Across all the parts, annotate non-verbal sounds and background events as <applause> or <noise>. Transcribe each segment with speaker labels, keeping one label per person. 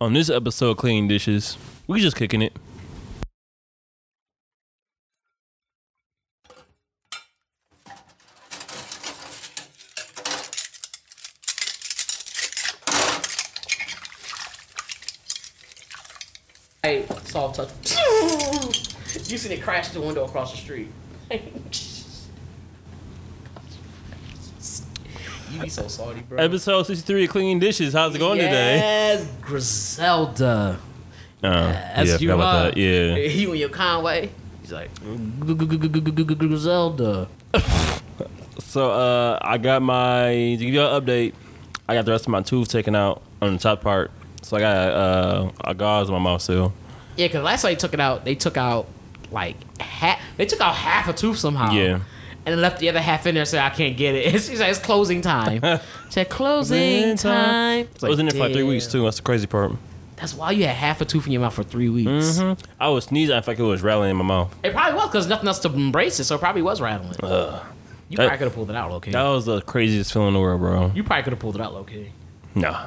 Speaker 1: On this episode, of cleaning dishes. We just kicking it.
Speaker 2: I saw touch. you seen it crash the window across the street. you be so salty, bro.
Speaker 1: Episode sixty-three, of cleaning dishes. How's it going today?
Speaker 2: Yes, Griselda.
Speaker 1: Oh,
Speaker 2: Yes,
Speaker 1: yeah, I
Speaker 2: you
Speaker 1: forgot about
Speaker 2: are.
Speaker 1: that. Yeah,
Speaker 2: You and your Conway. He's like Griselda.
Speaker 1: So uh, I got my to give you an update. I got the rest of my tooth taken out on the top part, so I got uh, a gauze in my mouth still.
Speaker 2: Yeah, because last time they took it out, they took out like half. They took out half a tooth somehow.
Speaker 1: Yeah.
Speaker 2: And then left the other half in there, said I can't get it. <laughs> She's like, it's
Speaker 1: <laughs>
Speaker 2: closing time. She said closing
Speaker 1: Closing
Speaker 2: time.
Speaker 1: time.
Speaker 2: It's
Speaker 1: I was in there for like three
Speaker 2: damn.
Speaker 1: weeks too. That's the crazy part.
Speaker 2: That's why you had half a tooth in your mouth for three weeks.
Speaker 1: I was sneezing. I felt like it was rattling in my mouth.
Speaker 2: It probably was because nothing else to embrace it, so it probably was rattling. you
Speaker 1: That-
Speaker 2: probably could have pulled it out, okay?
Speaker 1: That was the craziest feeling in the world, bro.
Speaker 2: You probably could have pulled it out, okay?
Speaker 1: Nah.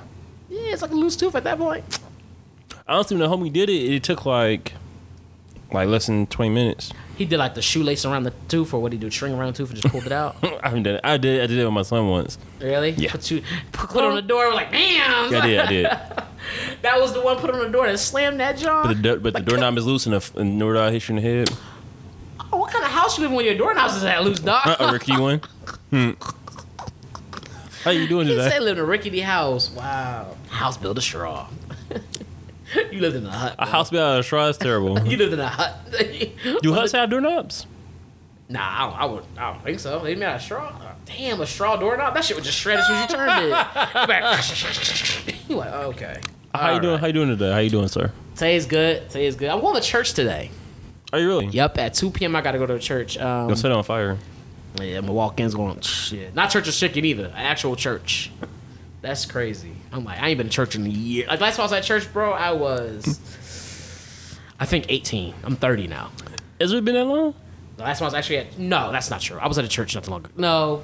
Speaker 2: Yeah, it's like a loose tooth at that point.
Speaker 1: Honestly, when the homie did it, it took like like less than twenty minutes. <laughs>
Speaker 2: He did like the shoelace around the tooth, or what he do, string around the tooth, and just pulled
Speaker 1: <laughs>
Speaker 2: it out.
Speaker 1: I haven't done it. I did. I did it with my son once.
Speaker 2: really?
Speaker 1: Yeah.
Speaker 2: Put, you, put it on the door, like, damn.
Speaker 1: Yeah, I did. I did.
Speaker 2: <laughs> That was the one put on the door that slammed that jaw.
Speaker 1: But the, do- but the doorknob is loose enough, and the doorknob hits you in the head.
Speaker 2: oh, what kind of house you live in when your doorknobs is that loose, dog?
Speaker 1: Uh,
Speaker 2: <laughs>
Speaker 1: a Ricky one. Hmm. How you doing
Speaker 2: He
Speaker 1: today?
Speaker 2: said live in a rickety house. Wow. House built of straw. <laughs> you lived in a hut.
Speaker 1: A
Speaker 2: bro.
Speaker 1: house made out of straw is terrible.
Speaker 2: You lived in a hut.
Speaker 1: Do
Speaker 2: <laughs>
Speaker 1: huts have doorknobs?
Speaker 2: Nah, I don't, I, would, I don't think so. They made out of straw. Damn, a straw doorknob. That shit would just shred as soon as you
Speaker 1: <laughs>
Speaker 2: turned it. <laughs> Back. you like, okay.
Speaker 1: How you doing? How you doing today? How you doing, sir?
Speaker 2: Today's good. Today's good. I'm going to church today.
Speaker 1: Are you really?
Speaker 2: Yep, at 2 p.m. I got to go to church. Um,
Speaker 1: Don't set it on fire.
Speaker 2: yeah, my walk-in's going. Shit, not church of chicken either. An actual church. That's crazy. I'm like, I ain't been to church in a year. Like last time I was at church, bro, I was, I think 18. I'm 30 now.
Speaker 1: Has it been that long?
Speaker 2: The last time I was actually at no, that's not true. I was at a church not too long ago. No.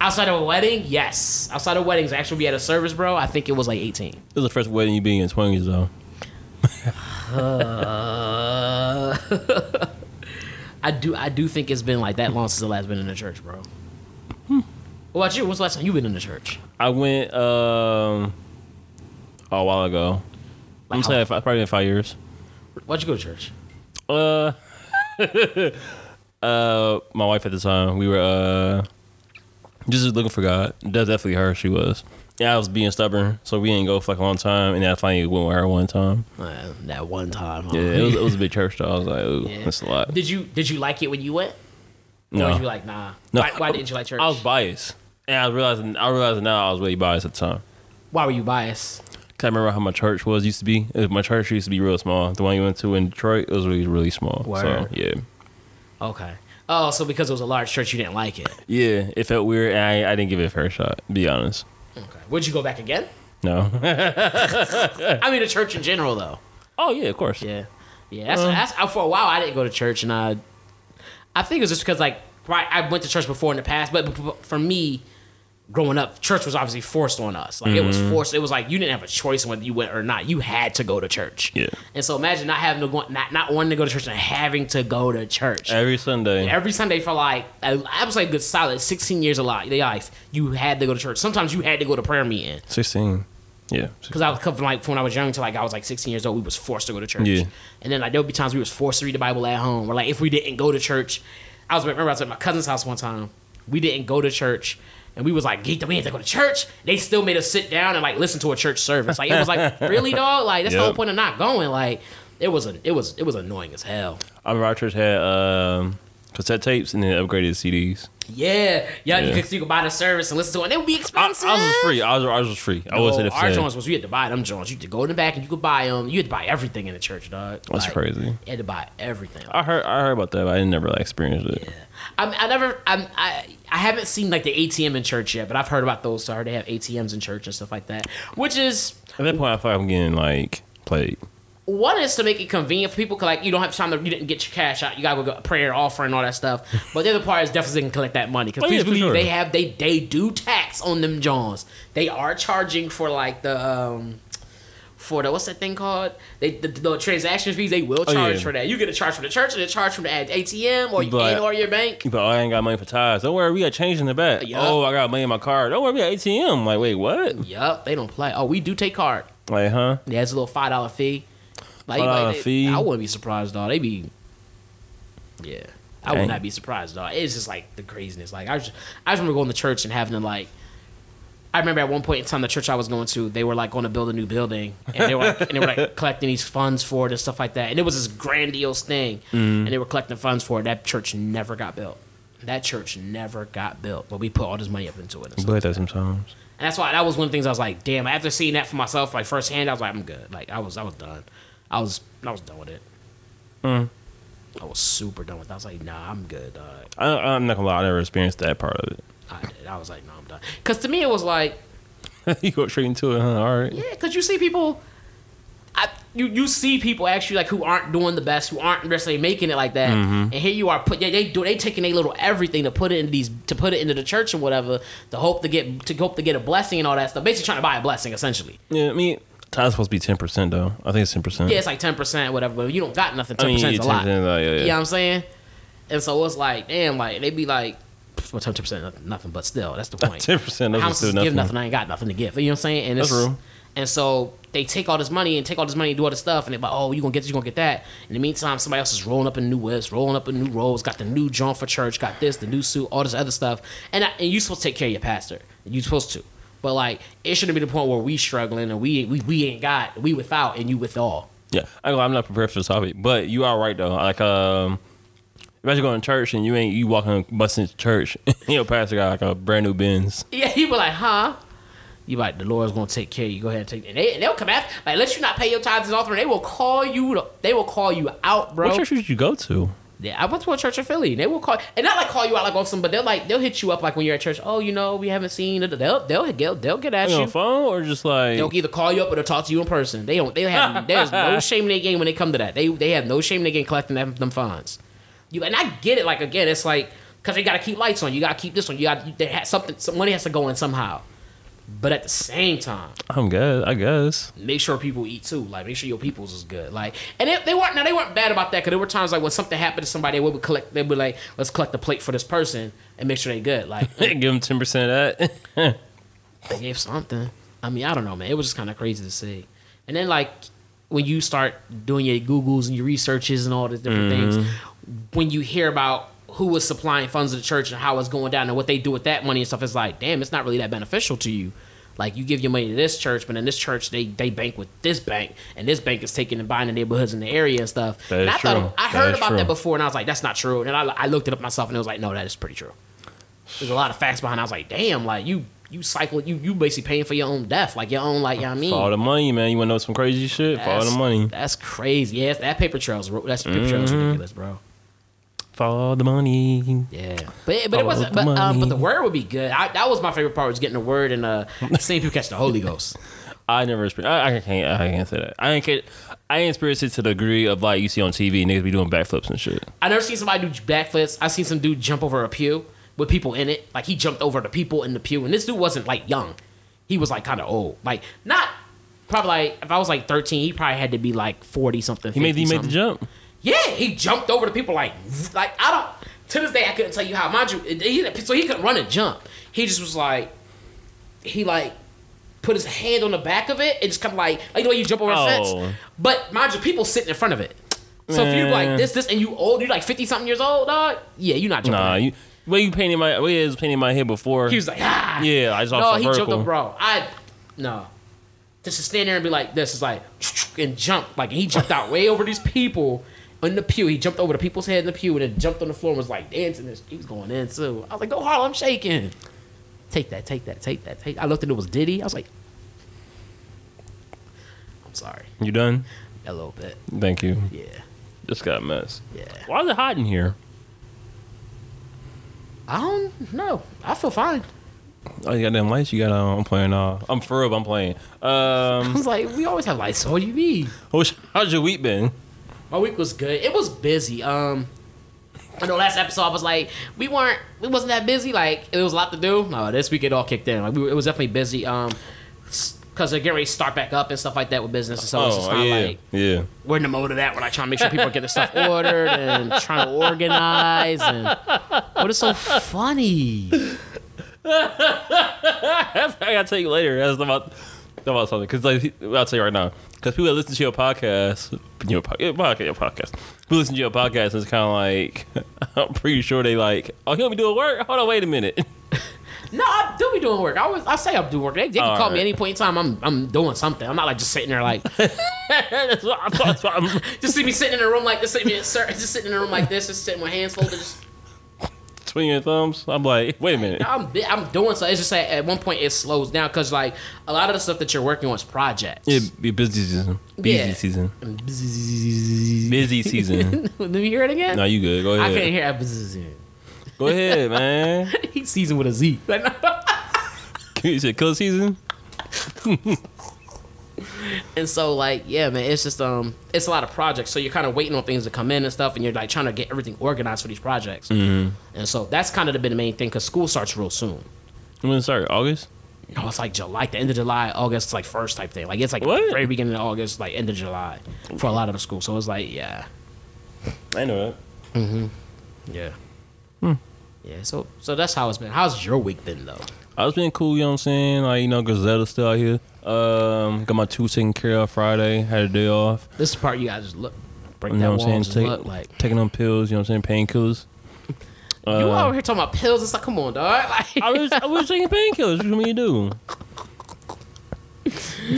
Speaker 2: Outside of a wedding, yes. Outside of weddings, I actually be at a service, bro. I think it was like eighteen.
Speaker 1: It was the first wedding you being in twenties though.
Speaker 2: Uh, <laughs> I do I do think it's been like that long since the last been in the church, bro. What about you? When's the last time you been in the church?
Speaker 1: I went um oh, a while ago. I'm
Speaker 2: Like,
Speaker 1: saying fi- probably in five years.
Speaker 2: Why'd you go to church?
Speaker 1: Uh, uh, my wife at the time, we were uh just looking for God. That's definitely her. She was. Yeah, I was being stubborn, so we didn't go for like a long time, and then I finally went with her one time.
Speaker 2: Uh, that one time. huh?
Speaker 1: Yeah, it was, it was a big church. though. I was like, ooh,
Speaker 2: <laughs> Yeah.
Speaker 1: that's a lot.
Speaker 2: Did you did you like it when you went? Or
Speaker 1: No.
Speaker 2: was you like, nah.
Speaker 1: No.
Speaker 2: Why, why didn't you like church?
Speaker 1: I was biased, and I was realizing I realized now I was really biased at the time.
Speaker 2: why were you biased?
Speaker 1: Cause I remember how my church was used to be. Uh, My church used to be real small. The one you went to in Detroit it was really really small.
Speaker 2: Word.
Speaker 1: So yeah,
Speaker 2: Okay. Oh, so because it was a large church, you didn't like it.
Speaker 1: yeah, it felt weird, and I, I didn't give it a fair shot. To be honest,
Speaker 2: Okay. Would you go back again? <laughs>
Speaker 1: no.
Speaker 2: I mean, the church in general, though.
Speaker 1: oh yeah, of course.
Speaker 2: Yeah, yeah. That's, that's I, for a while. I didn't go to church, and I, I think it was just because like right, I went to church before in the past, but b- for me, growing up, church was obviously forced on us. Like it was forced. It was like you didn't have a choice in whether you went or not. You had to go to church.
Speaker 1: Yeah.
Speaker 2: And so imagine not having to go, not not wanting to go to church and having to go to church.
Speaker 1: Every Sunday.
Speaker 2: Every Sunday for like I I was like a good solid sixteen years of li- life, you had to go to church. Sometimes you had to go to prayer meeting.
Speaker 1: 16. Yeah.
Speaker 2: because I was come from like from when I was young to like I was like 16 years old, we was forced to go to church.
Speaker 1: Yeah.
Speaker 2: And then like there would be times we was forced to read the Bible at home, or like if we didn't go to church, I was remember I was at my cousin's house one time. We didn't go to church, and we was like geeked. up, We had to go to church. They still made us sit down and like listen to a church service. Like it was
Speaker 1: <laughs>
Speaker 2: like really dog. Like that's the
Speaker 1: Yep.
Speaker 2: whole point of not going. Like it was a, it was it was annoying as hell.
Speaker 1: I remember our church had um, cassette tapes and then upgraded CDs.
Speaker 2: Yeah, yeah. You
Speaker 1: Yeah.
Speaker 2: could you could buy the service and listen to it. and It would be
Speaker 1: I,
Speaker 2: expensive.
Speaker 1: ours was free. Ours, ours was free. I always
Speaker 2: Oh,
Speaker 1: said it
Speaker 2: our
Speaker 1: free.
Speaker 2: joints was you had to buy them joints. You had to go in the back and you could buy them. You had to buy everything in the church, dog.
Speaker 1: That's
Speaker 2: Like,
Speaker 1: crazy.
Speaker 2: You had to buy everything.
Speaker 1: I heard I heard about that, but I never like, experienced it.
Speaker 2: I'm, I never, I'm, I, I haven't seen like the ATM in church yet, but I've heard about those. So I heard they have ATMs in church and stuff like that, which is
Speaker 1: At that point, I feel like I'm getting like played.
Speaker 2: one is to make it convenient for people, 'cause, like you don't have time to, you didn't get your cash out, you gotta go get a prayer, offering, all
Speaker 1: <laughs>
Speaker 2: that stuff. But the other part is definitely they can collect that money because
Speaker 1: Oh, yeah,
Speaker 2: please
Speaker 1: for
Speaker 2: believe
Speaker 1: sure.
Speaker 2: they have, they, they do tax on them Johns. They are charging for like the, um, for the what's that thing called? They the, the transaction fees they will
Speaker 1: Oh,
Speaker 2: charge
Speaker 1: yeah.
Speaker 2: for that. You get a charge from the church and a charge from the ATM or
Speaker 1: But-
Speaker 2: and or your bank.
Speaker 1: But oh, I ain't got money for ties. Don't worry, we got change in the back.
Speaker 2: Yeah.
Speaker 1: Oh, I got money in my car. Don't worry, we got ATM. Like, wait, what?
Speaker 2: Yup, they don't play. Oh, we do take card.
Speaker 1: Like, huh?
Speaker 2: Yeah, it's a little five dollar fee. Like,
Speaker 1: $5
Speaker 2: they-
Speaker 1: fee?
Speaker 2: I wouldn't be surprised, dog. They be, yeah, I
Speaker 1: Dang.
Speaker 2: would not be surprised, dog. It's just like the craziness. Like I, just, I just remember going to church and having to like. I remember at one point in time, the church I was going to, they were like going to build a new building, and they were like, and they were
Speaker 1: <laughs>
Speaker 2: like collecting these funds for it and stuff like that. And it was this grandiose thing,
Speaker 1: Mm-hmm.
Speaker 2: and they were collecting funds for it. That church never got built. That church never got built, but we put all this money up into it. and stuff.
Speaker 1: But that sometimes.
Speaker 2: And that's why that was one of the things I was like, damn. After seeing that for myself, like firsthand, I was like, I'm good. Like I was, I was done. I was, I was done with it. I was super done with. it. I was like, nah, I'm good. dog.
Speaker 1: I, I'm not gonna lie, I never experienced that part of it.
Speaker 2: I did. I was like, nah, I'm done. Cause to me, it was like,
Speaker 1: you go straight into it, <laughs> huh? All right.
Speaker 2: yeah, cause you see people, I, you you see people actually like who aren't doing the best, who aren't necessarily making it like that, and here you are put they, they do they taking a little everything to put it in these to put it into the church and whatever to hope to get to hope to get a blessing and all that stuff. Basically, trying to buy a blessing essentially.
Speaker 1: Yeah, I mean, ties supposed to be ten percent though. I think it's ten percent.
Speaker 2: Yeah, it's like ten percent, whatever. But you don't got nothing.
Speaker 1: I
Speaker 2: Ten
Speaker 1: mean,
Speaker 2: percent
Speaker 1: yeah,
Speaker 2: is a
Speaker 1: 10%, like,
Speaker 2: lot.
Speaker 1: yeah,
Speaker 2: You
Speaker 1: yeah.
Speaker 2: know what I'm saying? And so it's like, damn, like they be like, "Pff, well, ten percent, nothing. But
Speaker 1: <laughs>
Speaker 2: still, that's the point.
Speaker 1: 10% doesn't
Speaker 2: I don't
Speaker 1: do
Speaker 2: give
Speaker 1: nothing.
Speaker 2: nothing. I ain't got nothing to give. You know what I'm saying? And
Speaker 1: That's
Speaker 2: it's,
Speaker 1: real.
Speaker 2: And so they take all this money and take all this money and do all this stuff, and they're like, oh, you gonna get this, you gonna get that. In the meantime, somebody else is rolling up in new whips, rolling up in new rolls, got the new joint for church, got this, the new suit, all this other stuff, and I, and you supposed to take care of your pastor. You supposed to. But like, it shouldn't be the point where we struggling and we we, we ain't got we without and you with all.
Speaker 1: Yeah, I, I'm not prepared for this topic, but you are right though. Like, um, imagine going to church and you ain't you walking busting to church. <laughs> you know, pastor got like a brand new Benz.
Speaker 2: Yeah, he be like, huh? You like the Lord's gonna take care of you. Go ahead and take and, they, and they'll come after like let you not pay your tithes and offering. They will call you. to- They will call you out, bro.
Speaker 1: What church should you go to?
Speaker 2: Yeah, I went to a church in Philly. They will call and not like call you out like on some, but they'll like they'll hit you up like when you're at church. Oh, you know we haven't seen. it." They'll they'll they'll, they'll get at
Speaker 1: You on
Speaker 2: you.
Speaker 1: the phone or just like
Speaker 2: They'll either call you up or they'll talk to you in person. They don't. They have. there's no shame in their game when they come to that. They they have no shame in their game collecting them, them fines. You and I get it. Like again, it's like because they got to keep lights on. You got to keep this one. You got they had something. Some money has to go in somehow. But at the same time,
Speaker 1: I'm good, I guess.
Speaker 2: make sure people eat too. Like make sure your peoples is good. Like and they, they weren't now they weren't bad about that because there were times like when something happened to somebody, they would collect. They would like let's collect the plate for this person and make sure they good.
Speaker 1: <laughs>
Speaker 2: Like
Speaker 1: Give them ten percent of that.
Speaker 2: <laughs> they gave something. I mean, I don't know, man. It was just kind of crazy to see. And then like when you start doing your Googles and your researches and all these different
Speaker 1: Mm-hmm.
Speaker 2: things, when you hear about who was supplying funds to the church and how it's going down and what they do with that money and stuff, it's like, damn, it's not really that beneficial to you. Like you give your money to this church, but in this church they they bank with this bank, and this bank is taking and buying the neighborhoods in the area and stuff.
Speaker 1: That
Speaker 2: and
Speaker 1: is
Speaker 2: I thought
Speaker 1: true.
Speaker 2: I
Speaker 1: That
Speaker 2: heard
Speaker 1: is
Speaker 2: about
Speaker 1: true.
Speaker 2: that before, and I was like, that's not true. And I, I looked it up myself, and it was like, no, that is pretty true there's a lot of facts behind. it. I was like, damn, like you you cycle you you basically paying for your own death, like your own like you know what I mean.
Speaker 1: For all the money, man. You wanna know some crazy shit? For all
Speaker 2: That's-
Speaker 1: the money. Mm-hmm.
Speaker 2: That's crazy. Yes, that paper trail's ro- that's paper trail's ridiculous, bro.
Speaker 1: For all the money.
Speaker 2: Yeah, but but it
Speaker 1: Follow
Speaker 2: wasn't.
Speaker 1: the
Speaker 2: But, um, but
Speaker 1: money.
Speaker 2: the word would be good. I, that was my favorite part was getting the word
Speaker 1: <laughs>
Speaker 2: and uh seeing people catch the Holy Ghost.
Speaker 1: I never experienced. I, I can't. I can't say that. I ain't. get- I ain't experienced it to the degree of like you see on TV. Niggas be doing backflips and shit.
Speaker 2: I never seen somebody do backflips. I seen some dude jump over a pew with people in it. Like he jumped over the people in the pew, and this dude wasn't like young. He was like kind of old, like not probably like if I was like thirteen, he probably had to be like forty something.
Speaker 1: He made. He made the jump.
Speaker 2: Yeah, he jumped over the people like like I don't. To this day, I couldn't tell you how. Mind you, it- he- so he could run and jump. He just was like, he like put his hand on the back of it and just kind of like like the way you jump over a
Speaker 1: Oh.
Speaker 2: fence. But mind you, people sitting in front of it. So if you like
Speaker 1: Man.
Speaker 2: this, this, and you old, you like fifty something years old, dog. Yeah, you're not jumping.
Speaker 1: Nah. You. Well, you painted my. Well, yeah, was painting my head before.
Speaker 2: he was like, ah.
Speaker 1: yeah, I just
Speaker 2: No,
Speaker 1: off
Speaker 2: he
Speaker 1: the
Speaker 2: jumped
Speaker 1: vertical.
Speaker 2: up, bro. I no. Just to stand there and be like this is like and jump like he jumped out way over these people in the pew. He jumped over the people's head in the pew and then jumped on the floor and was like dancing. And he was going in too. I was like, go Harlem shaking. Take that, take that, take that, take. I looked and it was Diddy. I was like, I'm sorry,
Speaker 1: You done?
Speaker 2: a little bit.
Speaker 1: Thank you.
Speaker 2: Yeah,
Speaker 1: Just got a mess.
Speaker 2: yeah.
Speaker 1: Why is it hot in here?
Speaker 2: I don't know. I feel fine.
Speaker 1: Oh, you got them lights. You got. Uh, I'm playing. Uh, I'm for real, I'm playing.
Speaker 2: I
Speaker 1: Um.
Speaker 2: was like, we always have lights. on. What do you mean?
Speaker 1: how's- How's your week been?
Speaker 2: My week was good. It was busy. Um, I know last episode I was like, we weren't, we wasn't that busy. Like it was a lot to do. No, this week it all kicked in. Like we were, it was definitely busy. Um, s- because they're getting ready to start back up and stuff like that with business. And so it's just
Speaker 1: oh
Speaker 2: kind of
Speaker 1: yeah,
Speaker 2: like
Speaker 1: yeah.
Speaker 2: we're in the mode of that. We're like trying to make sure people are getting stuff ordered and trying to organize. And what is so funny?
Speaker 1: <laughs> I gotta tell you later. That's about that's about something. Cause like I'll tell you right now. Cause people that listen to your podcast, your po- your podcast, your podcast, who listen to your podcast, it's kind of like <laughs> I'm pretty sure they like. Oh, he want me doing work. Hold on, wait a minute. <laughs>
Speaker 2: No, I do be doing work. I always, I say I do work. They, they can
Speaker 1: All
Speaker 2: call
Speaker 1: right.
Speaker 2: me any point in time. I'm I'm doing something. I'm not like just sitting there like
Speaker 1: that's what, I'm- that's what I'm- <laughs>
Speaker 2: just see me sitting in a room like this. See me sir, just sitting in a room like this. Just sitting with hands folded. Just,
Speaker 1: Swinging your thumbs. I'm like, wait a minute.
Speaker 2: I'm bi- I'm doing so. It's just like at one point it slows down because like a lot of the stuff that you're working on is projects.
Speaker 1: Yeah, be busy season. Busy
Speaker 2: Yeah.
Speaker 1: season. Busy
Speaker 2: <laughs>
Speaker 1: season.
Speaker 2: <laughs> Let me hear it again.
Speaker 1: no, you good. Go
Speaker 2: I can't
Speaker 1: ahead.
Speaker 2: hear episode.
Speaker 1: Go ahead, man.
Speaker 2: <laughs> He's seasoned with a Z. <laughs>
Speaker 1: you said cool season.
Speaker 2: And so like yeah, man, it's just um, it's a lot of projects. So you're kind of waiting on things to come in and stuff, and you're like trying to get everything organized for these projects.
Speaker 1: Mm-hmm.
Speaker 2: And so that's kind of been the main thing because school starts real soon.
Speaker 1: I'm gonna start August.
Speaker 2: You know, it's like July, the end of July, August, like first type thing. Like it's like
Speaker 1: What?
Speaker 2: very beginning of August, like end of July for a lot of the school. So it's like yeah,
Speaker 1: I know that.
Speaker 2: yeah,
Speaker 1: Hmm.
Speaker 2: yeah. So so that's how it's been. How's your week been though?
Speaker 1: I was being cool, you know what I'm saying? Like, you know, Griselda's still out here. Um, got my tooth taken care of Friday, had a day off.
Speaker 2: This is the part you guys just look break
Speaker 1: You
Speaker 2: that
Speaker 1: know
Speaker 2: wall
Speaker 1: what I'm
Speaker 2: just
Speaker 1: saying?
Speaker 2: look
Speaker 1: Take,
Speaker 2: like.
Speaker 1: taking on pills, you know what I'm saying? Painkillers. uh,
Speaker 2: you all over here talking about pills and stuff. Come on, dog. <laughs> Like,
Speaker 1: I was I was taking painkillers. What do you mean you
Speaker 2: <laughs>
Speaker 1: do?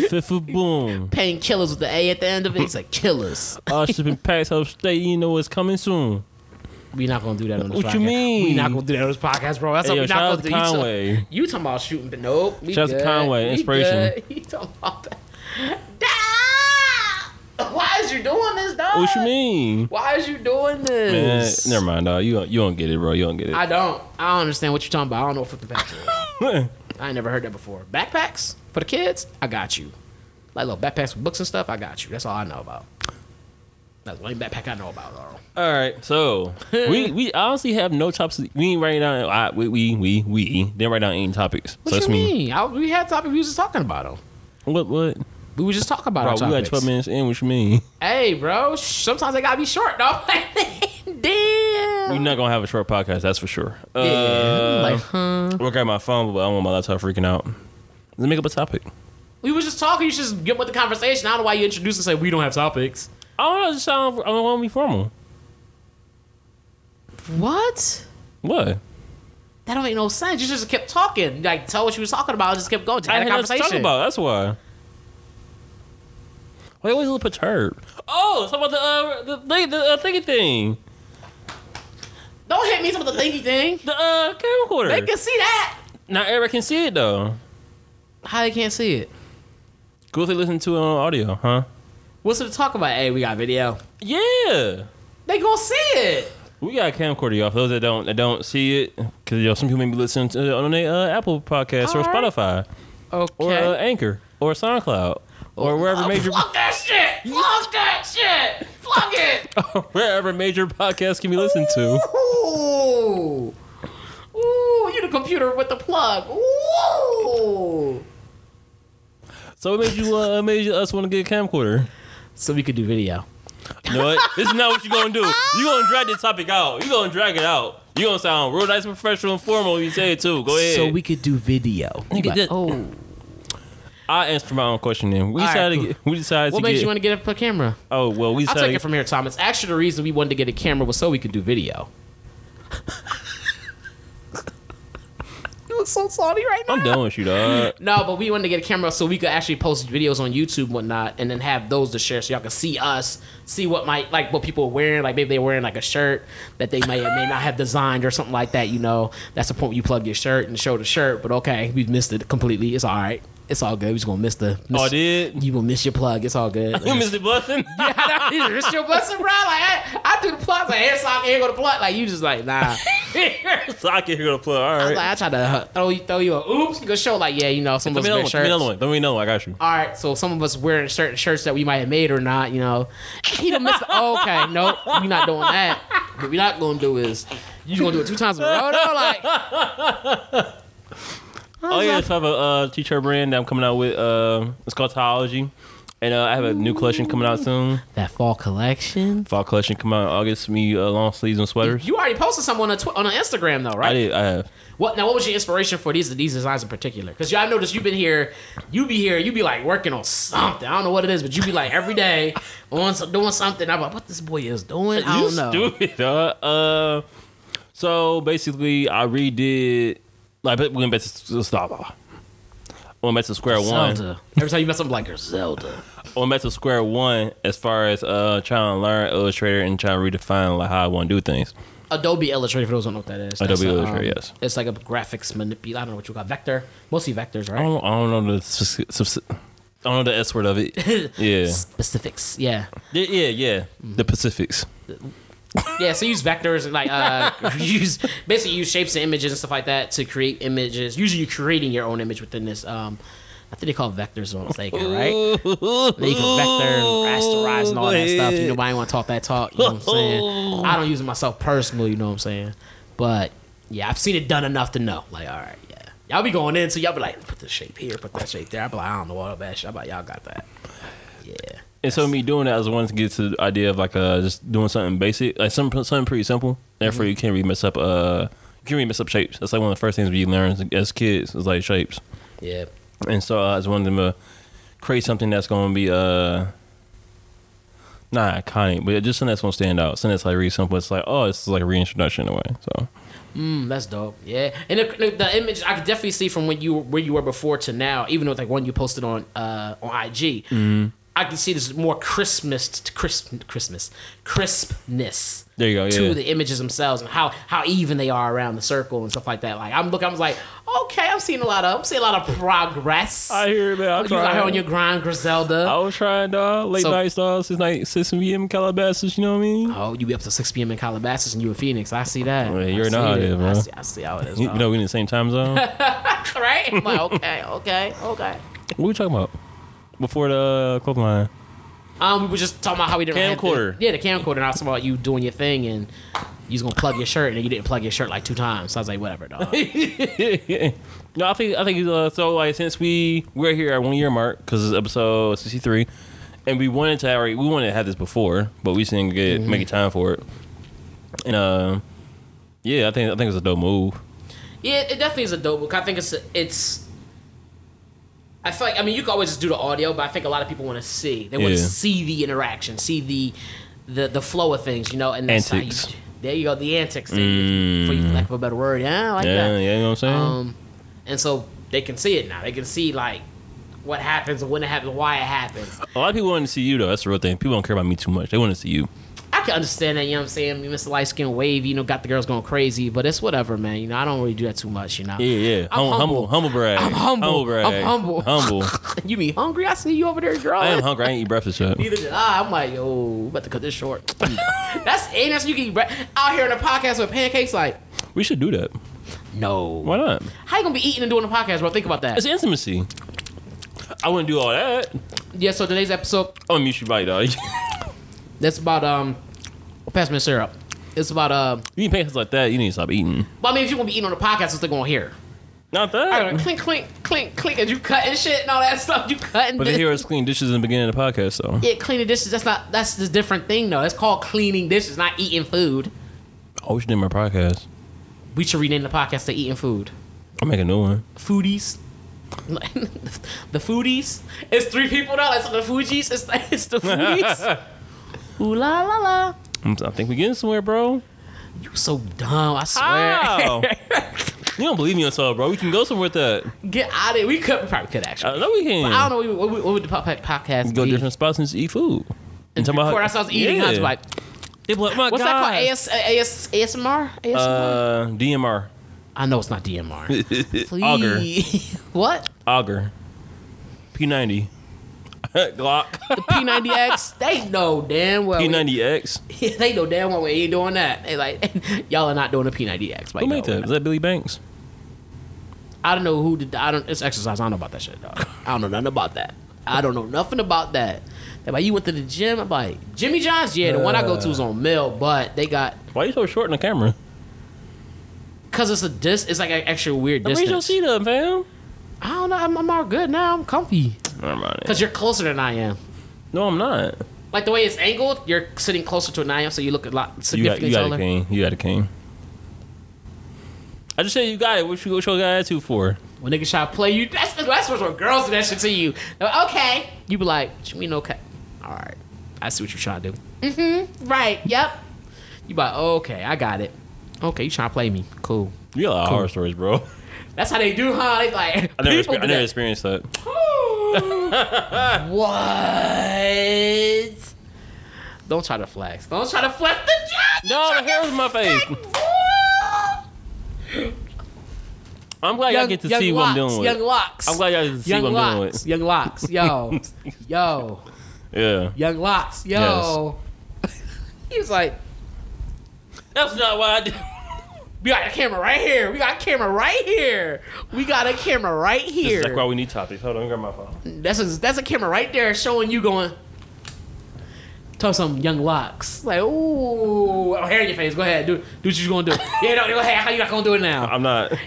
Speaker 1: Fifth of boom.
Speaker 2: painkillers with the A at the end of it. It's like killers.
Speaker 1: All shipping packs upstate, you know what's coming soon.
Speaker 2: We're not gonna do that on this podcast.
Speaker 1: What you mean?
Speaker 2: We're not gonna do that on this podcast, bro. That's
Speaker 1: Hey,
Speaker 2: what
Speaker 1: yo,
Speaker 2: we're
Speaker 1: shout
Speaker 2: not
Speaker 1: out
Speaker 2: gonna
Speaker 1: to
Speaker 2: do. You talk-
Speaker 1: Conway.
Speaker 2: You talking about shooting, but nope. we
Speaker 1: Shout out to
Speaker 2: good.
Speaker 1: Conway,
Speaker 2: We
Speaker 1: inspiration.
Speaker 2: good. <laughs> You talking about that? Dog! Why is you doing this, dog?
Speaker 1: What you mean?
Speaker 2: Why is you doing
Speaker 1: Man,
Speaker 2: this?
Speaker 1: never mind, dog. You don't, you don't get it, bro. You don't get it.
Speaker 2: I don't. I don't understand what you're talking about. I don't know what flipping packs are.
Speaker 1: <laughs>
Speaker 2: I <laughs> ain't never heard that before. Backpacks for the kids, I got you. Like little backpacks with books and stuff, I got you. That's all I know about. That's the only backpack I know about, Laurel.
Speaker 1: All right,
Speaker 2: <laughs>
Speaker 1: so we we honestly have no topics. We ain't writing down. I, we we we we didn't write down any topics.
Speaker 2: What
Speaker 1: so
Speaker 2: you
Speaker 1: that's me.
Speaker 2: mean? I, we had topic. We was just talking about them.
Speaker 1: What what?
Speaker 2: We were just talking about
Speaker 1: Bro,
Speaker 2: our
Speaker 1: we got
Speaker 2: topics.
Speaker 1: twelve minutes in. What you
Speaker 2: <laughs>
Speaker 1: mean?
Speaker 2: Hey, bro. sh- Sometimes they gotta be short, though. <laughs> Damn.
Speaker 1: We're not gonna have a short podcast. That's for sure. Uh,
Speaker 2: Yeah, like, huh?
Speaker 1: I work out my phone, but I don't want my laptop freaking out. Let's make up a topic.
Speaker 2: We was just talking. You should just get with the conversation. I don't know why you introduced and say we don't have topics.
Speaker 1: I don't know. It just sound. I don't want to be formal.
Speaker 2: What?
Speaker 1: What?
Speaker 2: That don't make no sense. You just kept talking. Like, tell what you was talking about. Just kept going. Just
Speaker 1: I
Speaker 2: had
Speaker 1: had
Speaker 2: a
Speaker 1: nothing to
Speaker 2: conversation.
Speaker 1: talk about. That's why. Why you always look perturbed? Oh, talk about the uh, the thing- the uh, thingy thing,
Speaker 2: Don't hit me with the thingy thing.
Speaker 1: the uh, camcorder.
Speaker 2: They can see that.
Speaker 1: Not everyone can see it though.
Speaker 2: How they can't see it?
Speaker 1: Go if they listen to it on audio, huh?
Speaker 2: What's it to talk about? Hey, we got video.
Speaker 1: Yeah.
Speaker 2: They gonna see it.
Speaker 1: We got a camcorder, y'all. For those that don't that don't see it, because yo, some people may be listening to it on their uh, Apple podcast or
Speaker 2: All right.
Speaker 1: Spotify
Speaker 2: Okay.
Speaker 1: or uh, Anchor or SoundCloud or wherever major
Speaker 2: Oh, Fuck that shit. Fuck that shit. Fuck it.
Speaker 1: <laughs> wherever major podcasts can be listened to.
Speaker 2: Ooh. Ooh, you the computer with the plug. Ooh.
Speaker 1: So it made you uh, made you, us want to get a camcorder.
Speaker 2: So we could do video.
Speaker 1: You know
Speaker 2: <laughs>
Speaker 1: what? this is not what you're gonna do. You're gonna drag this topic out. You're gonna drag it out. You're gonna sound real nice, professional, and formal when you say it too. Go ahead.
Speaker 2: So we could do video.
Speaker 1: You could just-
Speaker 2: oh.
Speaker 1: I answered my own question. Then we
Speaker 2: All right,
Speaker 1: decided.
Speaker 2: cool.
Speaker 1: to get, we decided
Speaker 2: What
Speaker 1: to
Speaker 2: makes
Speaker 1: get.
Speaker 2: you want to get a camera?
Speaker 1: oh well, we
Speaker 2: I'll
Speaker 1: decided.
Speaker 2: take it from here, Tom. It's actually the reason we wanted to get a camera was so we could do video. <laughs> you look so salty right
Speaker 1: I'm done with you, dog.
Speaker 2: No, but we wanted to get a camera so we could actually post videos on YouTube and whatnot, and then have those to share so y'all can see us, see what my like what people are wearing. Like maybe they're wearing like a shirt that they may or may not have designed or something like that. You know, that's the point where you plug your shirt and show the shirt. But okay, we missed it completely. It's all right. It's all good. We just gonna miss the. Miss,
Speaker 1: Oh, I did.
Speaker 2: You will miss your plug. It's all good.
Speaker 1: <laughs> You
Speaker 2: <laughs>
Speaker 1: missed the blessing.
Speaker 2: it's your busting, bro. Like I, I do the plugs like hair sock, hair go to plug. Like you just
Speaker 1: <laughs>
Speaker 2: like nah.
Speaker 1: <laughs> so I can hear the plug. All right.
Speaker 2: Like I try to uh, throw you, throw you a oops, go show like yeah, you know, some
Speaker 1: Let
Speaker 2: of
Speaker 1: me
Speaker 2: us
Speaker 1: know.
Speaker 2: wear
Speaker 1: Let me
Speaker 2: shirts.
Speaker 1: know one. Let me know. I got you.
Speaker 2: All right, so some of us wearing certain shirts that we might have made or not, you know. He done missed. The, okay, nope, we're not doing that. What we're not gonna do is you gonna do it two times in a row. Though? Like, all
Speaker 1: Oh yeah, so I have a uh, t-shirt brand that I'm coming out with. Uh, it's called Teology, and uh, I have a new collection coming out soon.
Speaker 3: That fall collection.
Speaker 1: Fall collection coming out in August. Me uh, long sleeves and sweaters.
Speaker 2: You already posted some on a tw- on a Instagram though, right?
Speaker 1: I did. I have.
Speaker 2: What now? What was your inspiration for these these designs in particular? Because I noticed you've been here, you be here, you be like working on something. I don't know what it is, but you be like every day on some, doing something. I'm like, what this boy is doing? I
Speaker 1: you
Speaker 2: don't know.
Speaker 1: stupid, <laughs> dog. Uh, so basically, I redid. Like, but we went back to stop. I went back to square one.
Speaker 3: Zelda.
Speaker 2: Every time you mess up, I'm like Griselda.
Speaker 1: I went back to square one as far as uh trying to learn Illustrator and trying to redefine like how I want to do things.
Speaker 2: Adobe Illustrator for those who don't know what that is.
Speaker 1: Adobe
Speaker 2: That's a, um,
Speaker 1: Illustrator, yes.
Speaker 2: It's like a graphics manipulator. I don't know what you got. Vector, mostly vectors,
Speaker 1: I
Speaker 2: right?
Speaker 1: don't, I don't know the speci- speci- I don't know the S word of it. Yeah,
Speaker 3: Specifics.
Speaker 2: Yeah,
Speaker 1: yeah, yeah. yeah. The Pacifics.
Speaker 2: yeah. So use vectors and like uh, <laughs> use basically use shapes and images and stuff like that to create images. Usually, you're creating your own image within this. Um, I think they call it vectors, if I'm mistaken, right? Then you can vector and rasterize and all that stuff. You nobody want to talk that talk. You know what I'm saying? I don't use it myself personally. You know what I'm saying? But yeah, I've seen it done enough to know. Like, all right, yeah. Y'all be going in, so y'all be like, put this shape here, put that shape there. I be like, I don't know all that shit. I be like, y'all got that. Yeah.
Speaker 1: And so me doing that, I was wanting to get to the idea of like uh just doing something basic, like something something pretty simple. Therefore, you can't really mess up uh you can't really mess up shapes. That's like one of the first things we learn as kids is like shapes.
Speaker 2: Yeah.
Speaker 1: And so I just wanted to create something that's going to be uh not iconic, but just something that's going to stand out. Something that's like really simple. It's like oh, it's like a reintroduction in a way. So
Speaker 2: Mm, that's dope. Yeah. And the, the, the image I could definitely see from when you where you were before to now, even though like one you posted on uh on IG. I can see this more Christmas, crisp, Christmas, crispness.
Speaker 1: there you go.
Speaker 2: to
Speaker 1: yeah.
Speaker 2: the images themselves and how how even they are around the circle and stuff like that. Like I'm looking, I was like, okay, I'm seeing a lot of I'm seeing a lot of progress.
Speaker 1: I hear it, man. I'm
Speaker 2: Oh, you out here on your
Speaker 1: trying.
Speaker 2: grind,
Speaker 1: I
Speaker 2: Griselda.
Speaker 1: was trying, dog. Late
Speaker 2: So-
Speaker 1: night, dog. Since night, six p.m. Calabasas. You know what I mean?
Speaker 2: Oh, you be up to 6 p.m. in Calabasas and you in Phoenix. I see that.
Speaker 1: Well, you
Speaker 2: I
Speaker 1: already know
Speaker 2: see
Speaker 1: how it
Speaker 2: that.
Speaker 1: is,
Speaker 2: I
Speaker 1: bro.
Speaker 2: see, I see how it is.
Speaker 1: <laughs> You,
Speaker 2: bro.
Speaker 1: know we in the same time
Speaker 2: <laughs>
Speaker 1: zone.
Speaker 2: right? I'm like, okay, okay, okay.
Speaker 1: What were we talking about? Before the uh, club line.
Speaker 2: Um, we were just talking about how we didn't have the-
Speaker 1: Camcorder.
Speaker 2: yeah, the camcorder. And I was talking about you doing your thing and you was gonna plug your shirt and then you didn't plug your shirt like two times. So I was like, whatever, dog.
Speaker 1: no, I think I think uh, so. Like since we we're here at one year mark because it's episode sixty three, and we wanted to already we wanted to have this before, but we just didn't get
Speaker 2: Mm-hmm.
Speaker 1: make it time for it. And uh, yeah, I think I think it's a dope move.
Speaker 2: Yeah, it definitely is a dope book. I think it's it's. I feel like I mean you can always just do the audio, but I think a lot of people want to see. They want to
Speaker 1: Yeah.
Speaker 2: see the interaction, see the the the flow of things, you know. And that's how you-
Speaker 1: Antics.
Speaker 2: there you go, the antics, if- for you, lack of a better word. Yeah, I like
Speaker 1: yeah,
Speaker 2: that.
Speaker 1: yeah, you know what I'm saying.
Speaker 2: Um, and so they can see it now. They can see like what happens and when it happens, why it happens.
Speaker 1: a lot of people want to see you though. That's the real thing. People don't care about me too much. They want to see you.
Speaker 2: I can understand that. You know what I'm saying? You Mr. Light Skin Wave, you know, got the girls going crazy, but it's whatever, man. You know, I don't really do that too much. You know.
Speaker 1: Yeah, yeah. Hum-
Speaker 2: I'm humble.
Speaker 1: humble, humble brag.
Speaker 2: I'm humble.
Speaker 1: brag.
Speaker 2: I'm humble.
Speaker 1: Humble.
Speaker 2: <laughs> You mean hungry? I see you over there, girl.
Speaker 1: I am hungry. I ain't eat breakfast yet.
Speaker 2: Neither did I. ah, I'm like, yo, we about to cut this short. <laughs> that's and that's you can eat bre- out here on a podcast with pancakes. Like,
Speaker 1: We should do that.
Speaker 2: no,
Speaker 1: Why not?
Speaker 2: how you gonna be eating and doing a podcast, bro? Think about that.
Speaker 1: It's intimacy. I wouldn't do all that.
Speaker 2: Yeah. So today's episode,
Speaker 1: Oh, mute you bite, dog. <laughs>
Speaker 2: that's about um, pass me the syrup. It's about um.
Speaker 1: You eat pancakes like that, you need to stop eating.
Speaker 2: But I mean, if you gonna be eating on a podcast, what's they gonna hear?
Speaker 1: Not
Speaker 2: I gotta
Speaker 1: that.
Speaker 2: clink, clink, clink, clink, and you cutting shit and all that stuff. You cutting.
Speaker 1: But
Speaker 2: this-
Speaker 1: they hear us clean dishes in the beginning of the podcast, though.
Speaker 2: yeah, cleaning dishes. That's not. That's the different thing though. It's called cleaning dishes, not eating food.
Speaker 1: I wish you did my podcast.
Speaker 2: We should rename the podcast to eating food.
Speaker 1: I'll make a new
Speaker 2: <laughs>
Speaker 1: one.
Speaker 2: foodies. the foodies. It's three people now. It's the Fuji's. It's, it's
Speaker 1: <laughs>
Speaker 2: the foodies. Ooh la la la.
Speaker 1: I'm- I think we're getting somewhere, bro.
Speaker 2: You so dumb. I swear.
Speaker 1: Wow. you don't believe me on so, bro. We can go somewhere with that.
Speaker 2: <laughs> Get out of it. We could we probably could actually.
Speaker 1: I know we can.
Speaker 2: I don't know what, what, what would the po- po- podcast
Speaker 1: Uh, Go
Speaker 2: be.
Speaker 1: different spots and just eat food. And talk about
Speaker 2: Before
Speaker 1: how-
Speaker 2: I was eating, I was
Speaker 1: Yeah.
Speaker 2: like,
Speaker 1: They be like, oh my
Speaker 2: "What's
Speaker 1: God.
Speaker 2: that called? AS, AS, ASMR? ASMR?
Speaker 1: Uh, DMR.
Speaker 2: I know it's not DMR.
Speaker 1: <laughs> Auger.
Speaker 2: Please. <laughs> what?
Speaker 1: Auger.
Speaker 2: <laughs>
Speaker 1: P90. Glock. <laughs>
Speaker 2: The P90X? they know damn well.
Speaker 1: P90X.
Speaker 2: <laughs> they know damn well we ain't doing that. They like, <laughs> y'all are not doing a P90X. Like,
Speaker 1: Who made
Speaker 2: no, we're
Speaker 1: that? Is that Billy Banks?
Speaker 2: I don't know who did. I don't. It's exercise. I don't know about that shit. Dog. <laughs> I don't know nothing about that. I don't know nothing about that. They're like, you went to the gym. I'm like, Jimmy John's. Yeah, the one I go to is on Mill, but they got
Speaker 1: Why you so short in the camera?
Speaker 2: because it's a dis. It's like an extra weird
Speaker 1: Where's your
Speaker 2: distance.
Speaker 1: seat up, fam?
Speaker 2: I don't know. I'm, I'm all good now. I'm comfy
Speaker 1: Never mind.
Speaker 2: because you're closer than I am.
Speaker 1: no, I'm not.
Speaker 2: Like the way it's angled, you're sitting closer to an I am, so you look a lot
Speaker 1: You got,
Speaker 2: significantly
Speaker 1: you got a
Speaker 2: taller.
Speaker 1: king. You got a king. I just said you got it. What you what your guy attitude for?
Speaker 2: When niggas try to play you, that's the that's what's where girls do that shit to you. They're like, okay, you be like, what you mean okay? All right, I see what you're trying to do. Mm-hmm. Right. Yep. You be like, okay, I got it. Okay, you trying to play me? Cool.
Speaker 1: You got a lot of horror stories, bro.
Speaker 2: That's how they do, huh? They like
Speaker 1: I never,
Speaker 2: people
Speaker 1: exper- I
Speaker 2: do
Speaker 1: never
Speaker 2: that.
Speaker 1: experienced
Speaker 2: <laughs>
Speaker 1: that.
Speaker 2: what? Don't try to flex. Don't try to flex the judge.
Speaker 1: No, the hair was in my face. I'm glad y'all get to see what I'm dealing with.
Speaker 2: Young locks.
Speaker 1: I'm glad y'all get to see
Speaker 2: young
Speaker 1: what I'm dealing
Speaker 2: locks.
Speaker 1: with.
Speaker 2: Young locks.
Speaker 1: <laughs>
Speaker 2: Yo. yo.
Speaker 1: Yeah.
Speaker 2: Young locks. Yo. <laughs> he was like,
Speaker 1: That's not why I did.
Speaker 2: we got a camera right here. We got a camera right here. We got a camera right
Speaker 1: This
Speaker 2: here.
Speaker 1: is like why we need topics. Hold on, let me grab my phone.
Speaker 2: That's a, that's a camera right there showing you going. Tell some young locks like ooh, oh, hair in your face. Go ahead, do do what you gonna
Speaker 1: <laughs>
Speaker 2: do. yeah, no, go ahead. How you not gonna do it now?
Speaker 1: I'm not.
Speaker 2: <laughs> oh,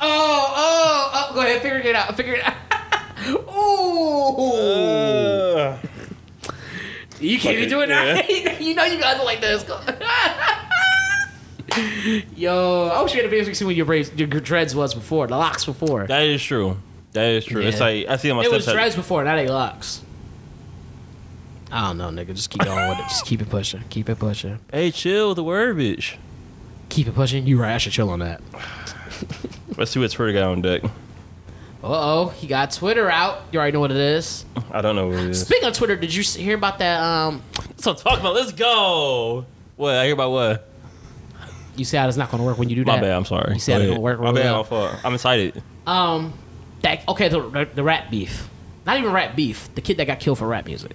Speaker 2: oh, oh, go ahead. Figure it out. Figure it out. <laughs> ooh,
Speaker 1: Uh,
Speaker 2: you can't even do it now. <laughs> you know you gotta do like this. <laughs> Go- Yo, I wish we had a video so we could see when your braids, your dreads was before the locks
Speaker 1: <laughs>
Speaker 2: before.
Speaker 1: that is true. That is true. It's
Speaker 2: Yeah.
Speaker 1: like I see on my
Speaker 2: It was
Speaker 1: stepson-
Speaker 2: dreads before, not a locks. I don't know, nigga. Just keep going with it. Just keep it pushing. Keep it pushing.
Speaker 1: Hey, chill with the word, bitch.
Speaker 2: Keep it pushing. You right. I should chill on that.
Speaker 1: Let's see what Twitter got on deck.
Speaker 2: Uh oh, he got Twitter out. You already know what it is.
Speaker 1: I don't know what it is.
Speaker 2: Speaking of Twitter, did you s- hear about that? Um,
Speaker 1: That's what I'm talking about. Let's go. What? I hear about what?
Speaker 2: you see how it's not going to work when you do
Speaker 1: My
Speaker 2: that.
Speaker 1: bad. I'm sorry.
Speaker 2: You see how
Speaker 1: Go
Speaker 2: it
Speaker 1: ahead.
Speaker 2: don't work.
Speaker 1: My
Speaker 2: real
Speaker 1: bad.
Speaker 2: well?
Speaker 1: My fault. I'm excited.
Speaker 2: Um, that okay. The, the the rap beef, not even rap beef. The kid that got killed for rap music.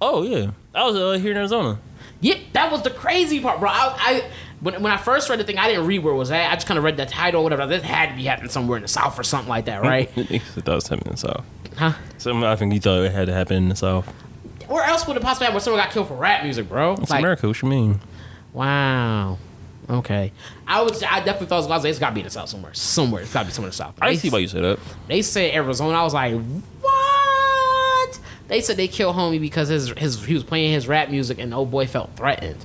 Speaker 1: Oh yeah, I was uh, here in <laughs> Arizona.
Speaker 2: Yeah, that was the crazy part, bro. I, I when, when I first read the thing, I didn't read where it was at. I just kind of read the title or whatever. This had to be happening somewhere in the south or something like
Speaker 1: <laughs>
Speaker 2: that, right?
Speaker 1: that was happening in the south.
Speaker 2: huh?
Speaker 1: Some I think you thought it had to happen in the south.
Speaker 2: Where else would it possibly happen? Where someone got killed for rap music, bro?
Speaker 1: It's
Speaker 2: Like,
Speaker 1: America. What you mean?
Speaker 2: wow. Okay, I was. I definitely thought it was. It's got to be in the south somewhere. Somewhere, it's got to be somewhere in the south.
Speaker 1: I
Speaker 2: They-
Speaker 1: see why you said that.
Speaker 2: They said Arizona. I was like, what? They said they killed homie because his his he was playing his rap music and the old boy felt threatened.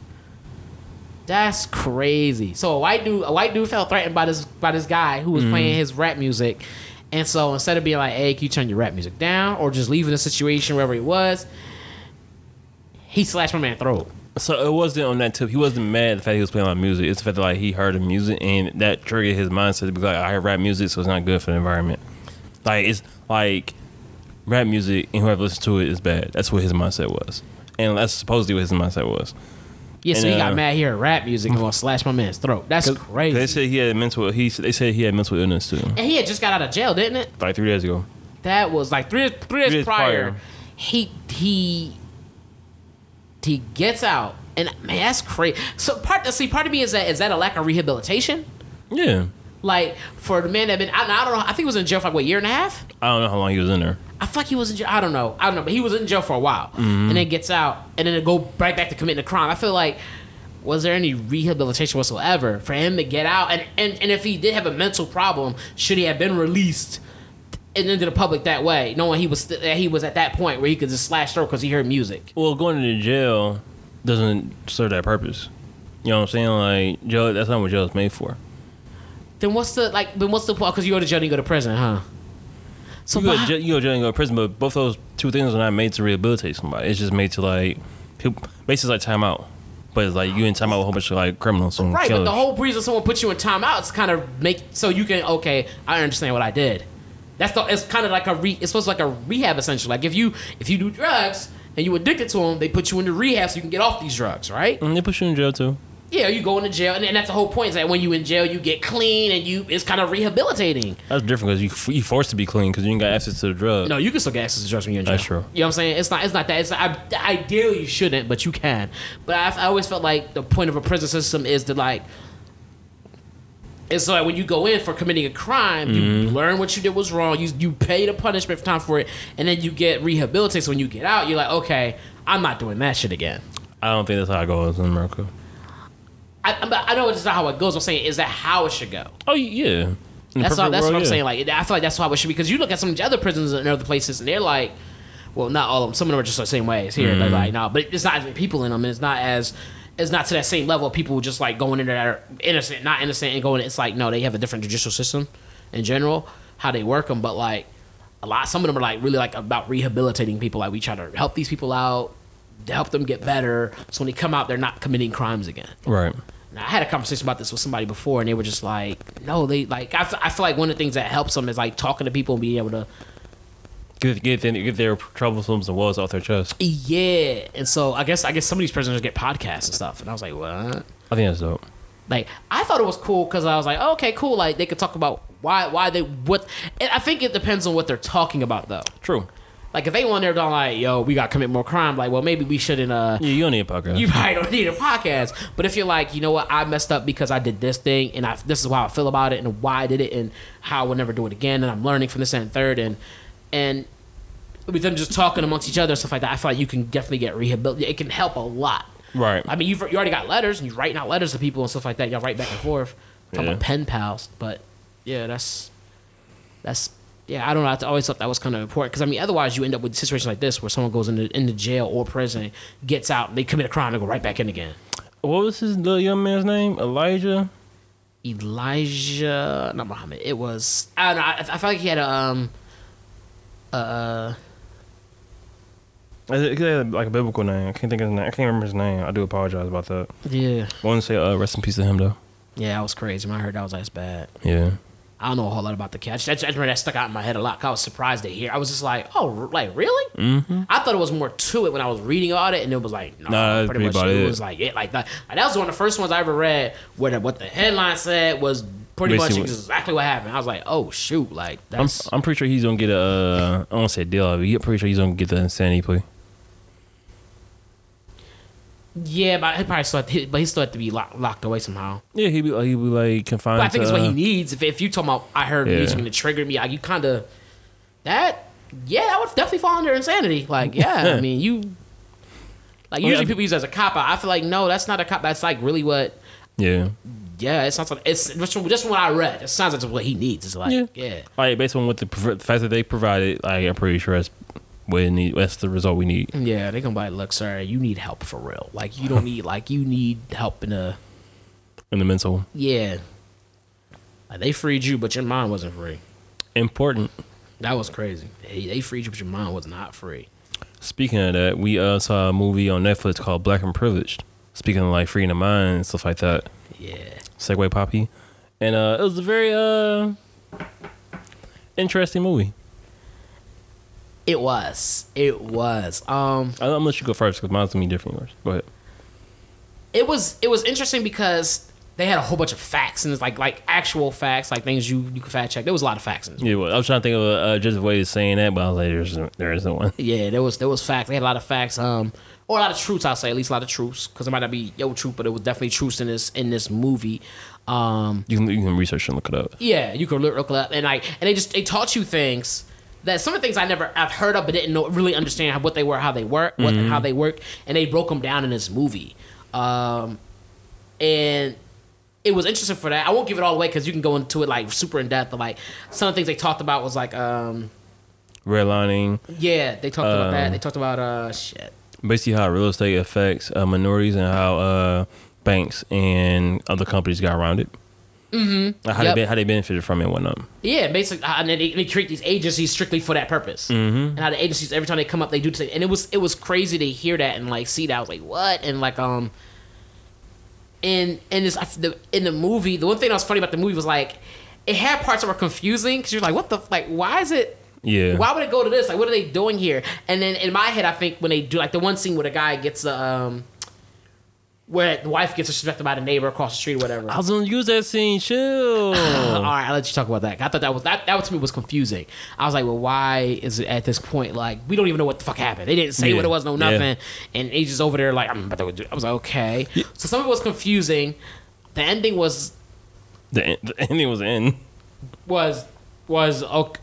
Speaker 2: That's crazy. So a white dude, a white dude felt threatened by this by this guy who
Speaker 1: Mm-hmm.
Speaker 2: was playing his rap music, and so instead of being like, "Hey, can you turn your rap music down?" or just leaving the situation wherever he was, he slashed my man throat.
Speaker 1: So it wasn't on that tip. He wasn't mad at the fact he was playing my music. It's the fact that like he heard the music and that triggered his mindset to be like, I heard rap music, so it's not good for the environment. Like it's like rap music and whoever listens to it is bad. That's what his mindset was, and that's supposedly what his mindset was.
Speaker 2: Yeah, so
Speaker 1: And,
Speaker 2: he got
Speaker 1: uh,
Speaker 2: mad here at rap music and gonna slash my man's throat. That's crazy.
Speaker 1: They said he had mental. He they said he had mental illness too,
Speaker 2: and he had just got out of jail, didn't it?
Speaker 1: like three days ago.
Speaker 2: that was like three three years,
Speaker 1: years
Speaker 2: prior,
Speaker 1: prior.
Speaker 2: He he he gets out, and man, that's crazy. So part see part of me is that is that a lack of rehabilitation?
Speaker 1: Yeah,
Speaker 2: Like for the man that been I, I don't know I think he was in jail for like what year and a half.
Speaker 1: I don't know how long he was in there.
Speaker 2: I feel like he was in jail. I don't know. I don't know, but he was in jail for a while, and then gets out, and then go right back to committing a crime. I feel like was there any rehabilitation whatsoever for him to get out? And and, and if he did have a mental problem, should he have been released and into the public that way, knowing he was st- that he was at that point where he could just slash through because he heard music?
Speaker 1: Well, going to jail doesn't serve that purpose. You know what I'm saying? Like jail, that's not what jail is made for.
Speaker 2: Then what's the like? Then what's the point? Because you go to jail and you go to prison, huh? So
Speaker 1: You go,
Speaker 2: why-
Speaker 1: to jail, you go to jail and go to prison, but both those two things are not made to rehabilitate somebody. It's just made to like, people, basically it's like timeout, but it's like you in timeout with a whole bunch of like criminals and
Speaker 2: Right, but
Speaker 1: killers.
Speaker 2: the whole reason someone puts you in timeout is kind of make so you can okay, I understand what I did. That's the it's kind of like a re it's supposed to like a rehab essentially. Like if you if you do drugs and you addicted to them, they put you into rehab so you can get off these drugs, right?
Speaker 1: Mm, they put you in jail too.
Speaker 2: Yeah, you go into jail, and, and that's the whole point is that when you in jail, you get clean and you it's kind of rehabilitating.
Speaker 1: That's different because you f- you forced to be clean because you ain't got access to the drug.
Speaker 2: No, you can still get access to drugs when you're in jail.
Speaker 1: That's true.
Speaker 2: You know what I'm saying? It's not. It's not that. It's not, I, ideally you shouldn't, but you can. But I, I always felt like the point of a prison system is to like. It's like when you go in for committing a crime, you
Speaker 1: Mm-hmm.
Speaker 2: learn what you did was wrong. You you pay the punishment for time for it, and then you get rehabilitated. So when you get out, you're like, okay, I'm not doing that shit again.
Speaker 1: I don't think that's how it goes in America.
Speaker 2: I, I, I know it's not how it goes. I'm saying is that how it should go.
Speaker 1: Oh yeah, perfect
Speaker 2: That's all, that's
Speaker 1: world,
Speaker 2: what I'm
Speaker 1: yeah.
Speaker 2: saying. Like I feel like that's how it should be because you look at some of the other prisons in other places and they're like, well, not all of them. Some of them are just the same way as here. They're
Speaker 1: Mm.
Speaker 2: like, no, but it's not as many people in them, and it's not as it's not to that same level of people just like going in there that are innocent, not innocent, and going. It's like no, they have a different judicial system in general, how they work them, but like a lot. Some of them are like really like about rehabilitating people. Like we try to help these people out, to help them get better, so when they come out, they're not committing crimes again.
Speaker 1: Right.
Speaker 2: Now, I had a conversation about this with somebody before, and they were just like, no, they like. I, f- I feel like one of the things that helps them is like talking to people and being able to,
Speaker 1: Get, get, their- get their troublesome and woes off their chest.
Speaker 2: yeah. And so I guess I guess some of these prisoners get podcasts and stuff, and I was like, what?
Speaker 1: I think that's dope.
Speaker 2: Like I thought it was cool because I was like, oh, okay, cool. Like they could talk about why why they what. And I think it depends on what they're talking about though.
Speaker 1: True.
Speaker 2: Like if they want there, done like, yo, we got to commit more crime. Like, well, maybe we shouldn't. uh
Speaker 1: Yeah, you don't need a podcast.
Speaker 2: you probably don't need a podcast. But if you're like, you know what, I messed up because I did this thing, and I this is how I feel about it, and why I did it, and how I will never do it again, and I'm learning from this and third, and and with them just talking amongst each other and stuff like that, I feel like you can definitely get rehabilitated. It can help a lot.
Speaker 1: Right.
Speaker 2: I mean, you've you already got letters, and you're writing out letters to people and stuff like that. Y'all write back and forth. Talking
Speaker 1: Yeah.
Speaker 2: about pen pals, but yeah, that's that's yeah. I don't know. I always thought that was kind of important because I mean, otherwise you end up with situations like this where someone goes into into jail or prison, gets out, they commit a crime, and go right back in again.
Speaker 1: What was his little young man's name? Elijah?
Speaker 2: Elijah, not Muhammad. It was I don't know. I, I felt like he had a um uh
Speaker 1: Is it, 'cause he had, like a biblical name. I can't think of his name. I can't remember his name. I do apologize about that.
Speaker 2: yeah
Speaker 1: I want to say uh, rest in peace to him though.
Speaker 2: yeah. That was crazy. When I heard that I was like, it's bad.
Speaker 1: Yeah.
Speaker 2: I don't know a whole lot about the cat. I, just, I just remember that stuck out in my head a lot. 'cause I was surprised to hear. I was just like, oh, r- like really? Mm-hmm. I thought it was more to it when I was reading about it, and it was like, no,
Speaker 1: Nah, that's
Speaker 2: pretty much
Speaker 1: pretty about
Speaker 2: it.
Speaker 1: it.
Speaker 2: was like it, like that. Like, that was one of the first ones I ever read where the, what the headline said was pretty
Speaker 1: Basically
Speaker 2: much
Speaker 1: what-
Speaker 2: exactly what happened. I was like, oh shoot, like
Speaker 1: I'm
Speaker 2: that's
Speaker 1: I'm pretty sure he's gonna get a uh, I don't say deal, but I'm pretty sure he's gonna get the insanity plea.
Speaker 2: yeah, but he probably still had to, but he still had to be lock, locked away somehow.
Speaker 1: Yeah, he be like, he be like confined.
Speaker 2: But I think
Speaker 1: to,
Speaker 2: it's what
Speaker 1: uh,
Speaker 2: he needs. If if you talking about, I heard
Speaker 1: Yeah.
Speaker 2: music and it triggered me. Like you kind of that, yeah, that would definitely fall under insanity. Like yeah, I mean you, like
Speaker 1: mean,
Speaker 2: usually
Speaker 1: I-
Speaker 2: people use it as a cop out. I feel like no, that's not a cop. That's like really what.
Speaker 1: Yeah.
Speaker 2: Yeah, it sounds like it's just from, just from what I read. It sounds like that's what he needs. It's like
Speaker 1: Yeah.
Speaker 2: yeah,
Speaker 1: Like based on what the, prov- the fact that they provided, like I'm pretty sure that's what it need, that's the result we need.
Speaker 2: yeah. They gonna be like, look, sir, you need help for real. Like you don't need like you need help in a
Speaker 1: in the mental.
Speaker 2: yeah. Like they freed you, but your mind wasn't free.
Speaker 1: Important.
Speaker 2: That was crazy. They, they freed you, but your mind was not free.
Speaker 1: Speaking of that, we uh, saw a movie on Netflix called Black and Privileged. Speaking of like freeing the mind and stuff like that.
Speaker 2: Yeah.
Speaker 1: Segway Poppy. And uh, it was a very uh, interesting movie.
Speaker 2: It was. It was. Um
Speaker 1: I- I'm gonna let you go first because mine's gonna be different than yours. Go ahead.
Speaker 2: it was it was interesting because they had a whole bunch of facts and it's like like actual facts, like things you you could fact check. There was a lot of facts in this.
Speaker 1: Yeah, well, I was trying to think of a, uh just a way of saying that, but I was like, there's no, there isn't one.
Speaker 2: Yeah, there was there was facts. They had a lot of facts, um or a lot of truths, I'll say, at least a lot of truths. Cause it might not be yo truth, but it was definitely truths in this in this movie. Um
Speaker 1: You can, you can research and look it up.
Speaker 2: yeah, you could look, look it up and like and they just they taught you things that some of the things I never I've heard of but didn't know really understand how, what they were, how they work, what how they work, and they broke them down in this movie. Um and it was interesting for that. I won't give it all away because you can go into it like super in depth. But, like some of the things they talked about was like, um,
Speaker 1: Redlining,
Speaker 2: yeah, they talked about that. They talked about uh, shit.
Speaker 1: basically how real estate affects uh, minorities and how uh, banks and other companies got around it. Mm-hmm. How,
Speaker 2: Yep.
Speaker 1: they, ben- how they benefited from it and whatnot.
Speaker 2: Yeah, basically, uh, and then they, they create these agencies strictly for that purpose. Mm-hmm. And how the agencies every time they come up, they do. T- and it was it was crazy to hear that and like see that. I was like, what? And like um, and and this I f- the, in the movie, the one thing that was funny about the movie was like, it had parts that were confusing because you're like, what the f- like, why is it?
Speaker 1: Yeah.
Speaker 2: Why would it go to this? Like, what are they doing here? And then in my head, I think when they do like the one scene where the guy gets um, where the wife gets disrespected by the neighbor across the street, or whatever.
Speaker 1: I was gonna use that scene. Chill.
Speaker 2: All right, I'll let you talk about that. I thought that was that that to me was confusing. I was like, well, why is it at this point like we don't even know what the fuck happened? They didn't say
Speaker 1: Yeah,
Speaker 2: what it was, no
Speaker 1: yeah.
Speaker 2: nothing, and he's just over there like I'm about to. do it. I was like, okay. So some of it was confusing. The ending was
Speaker 1: <laughs> the, en- the ending was in.
Speaker 2: was was okay.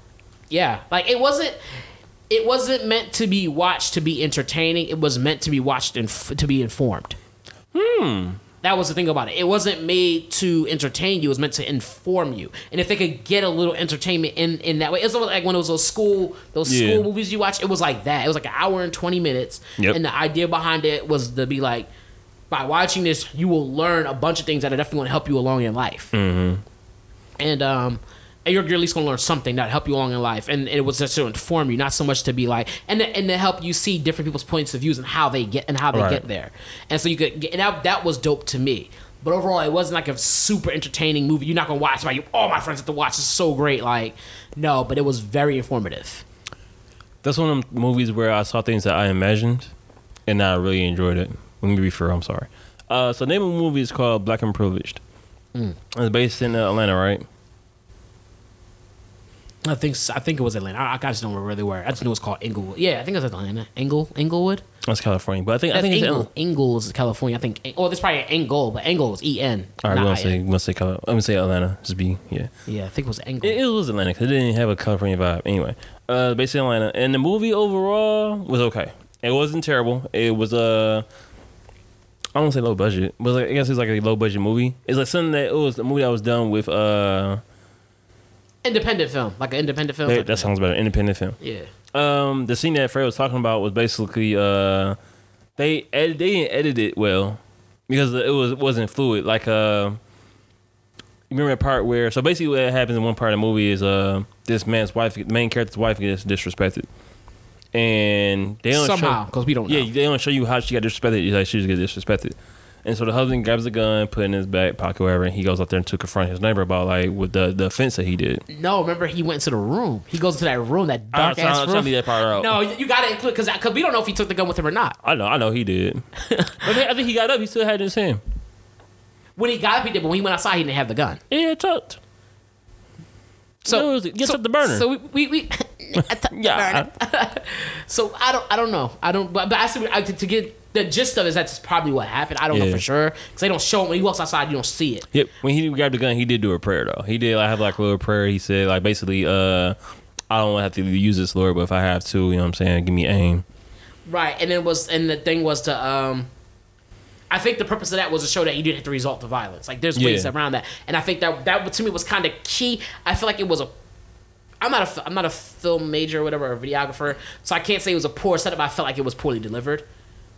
Speaker 2: Yeah, like it wasn't. It wasn't meant to
Speaker 1: Hmm.
Speaker 2: be watched to be entertaining. It was meant to be watched and f- to be informed. That was the thing about it. It wasn't made to entertain you. It was meant to inform you. And if they could get a little entertainment in, in that way, it's almost like one of those school those
Speaker 1: Yeah.
Speaker 2: school movies you watch. It was like that. It was like an hour and twenty minutes.
Speaker 1: Yep.
Speaker 2: And the idea behind it was to be like, by watching this, you will learn a bunch of things that are definitely going to help you along in life. And um, and you're, you're at least going to learn something that help you along in life. And it was just to inform you, not so much to be like, and to, and to help you see different people's points of views and how they get and how they
Speaker 1: Right.
Speaker 2: get there. And so you could, get, and that, that was dope to me. But overall, it wasn't like a super entertaining movie. You're not going to watch. Like, all my friends have to watch. It's so great. Like, no, but it was very informative.
Speaker 1: That's one of the movies where I saw things that I imagined, and I really enjoyed it. Let me be fair. I'm sorry. Uh, so name of the movie is called Black and Privileged. It's based in uh, Atlanta, right?
Speaker 2: I think s- I think it was Atlanta. I, I just don't remember really where. I just know it was called Inglewood. Yeah, I think it was Atlanta. Engle Englewood.
Speaker 1: That's California, but I think I
Speaker 2: That's
Speaker 1: think it's.
Speaker 2: Engle. Engle is California. I think. Oh, that's probably Engle, but Engle is E N.
Speaker 1: All right, we're
Speaker 2: not
Speaker 1: gonna
Speaker 2: I
Speaker 1: say
Speaker 2: N.
Speaker 1: we're gonna say Cali- I'm gonna say Atlanta. Just be yeah.
Speaker 2: Yeah, I think it was Engle.
Speaker 1: It, it was Atlanta 'cause it didn't have a California vibe. Anyway, uh, based in Atlanta, and the movie overall was okay. It wasn't terrible. It was uh, I don't say low budget, but like, I guess it's like a low budget movie. It's like something that it was a movie I was done with. Uh,
Speaker 2: independent film, like an independent film.
Speaker 1: that, that sounds better. Independent film.
Speaker 2: yeah.
Speaker 1: Um, the scene that Fred was talking about was basically uh, they ed- they didn't edit it well because it was it wasn't fluid. Like uh, you remember that part where so basically what happens in one part of the movie is uh this man's wife, main character's wife gets disrespected, and they don't show-
Speaker 2: Somehow, because we don't know.
Speaker 1: yeah, they don't show you how she got disrespected. It's like she just get disrespected. And so the husband grabs a gun, put it in his back pocket, wherever, and he goes out there and to confront his neighbor about like with the the offense that he did.
Speaker 2: No, remember he went into the room. He goes into that room, that
Speaker 1: I'm
Speaker 2: dark
Speaker 1: trying-
Speaker 2: ass
Speaker 1: I'm trying to
Speaker 2: room.
Speaker 1: leave uh, that part out.
Speaker 2: No, you, you gotta include because because we don't know if he took the gun with him or not.
Speaker 1: I know, I know he <laughs> did. I, think, I think he got up. He still had it in his hand.
Speaker 2: When he got up, he did, but when he went outside, he didn't have the gun.
Speaker 1: Yeah, tucked. So it was, gets
Speaker 2: so-
Speaker 1: up the burner.
Speaker 2: So we we, we <laughs>
Speaker 1: <laughs>
Speaker 2: I took the
Speaker 1: yeah,
Speaker 2: burner. So I don't I don't know I don't but, but I, see, I to, to get the gist of it is that's probably what happened. I don't know
Speaker 1: Yeah.
Speaker 2: for sure because they don't show him when he walks outside. You don't see it.
Speaker 1: yep. When he grabbed the gun, he did do a prayer though. He did like have like a little prayer. He said like basically, uh, I don't have to use this Lord, but if I have to, you know what I'm saying, give me aim.
Speaker 2: Right, and it was, and the thing was to, um, I think the purpose of that was to show that you didn't have to resort to violence. Like there's ways
Speaker 1: Yeah.
Speaker 2: around that, and I think that that to me was kind of key. I feel like it was a, I'm not a, fi- I'm not a film major or whatever, or videographer, so I can't say it was a poor setup. I felt like it was poorly delivered.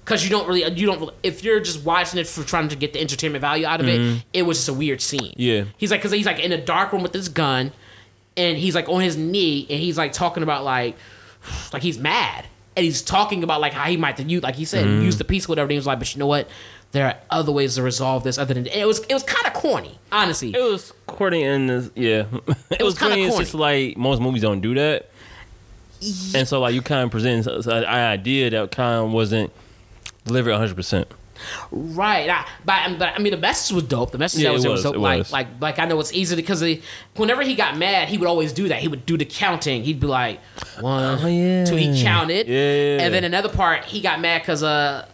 Speaker 2: Cause you don't really, you don't. Really, if you're just watching it for trying to get the entertainment value out of it, it was just a weird scene.
Speaker 1: Mm-hmm. Yeah.
Speaker 2: he's like, cause he's like in a dark room with his gun, and he's like on his knee, and he's like talking about like, like he's mad and he's talking about like how he might use like he said use the peace whatever and he was like but you know what there are other ways to resolve this other than and it was it was kind of corny honestly
Speaker 1: It was corny and this, yeah, <laughs> it,
Speaker 2: was kinda
Speaker 1: corny. It's
Speaker 2: corny.
Speaker 1: just like most movies don't do that, and so like you kind of present an idea that kind of wasn't delivered 100. percent
Speaker 2: right I, but, I- but I mean the message was dope the message
Speaker 1: Yeah,
Speaker 2: that
Speaker 1: it
Speaker 2: was, there
Speaker 1: was,
Speaker 2: was dope
Speaker 1: it
Speaker 2: like
Speaker 1: was.
Speaker 2: like like I know it's easy because whenever he got mad he would always do that he would do the counting he'd be like one
Speaker 1: Oh, yeah.
Speaker 2: two he counted
Speaker 1: Yeah.
Speaker 2: and then another part he got mad because uh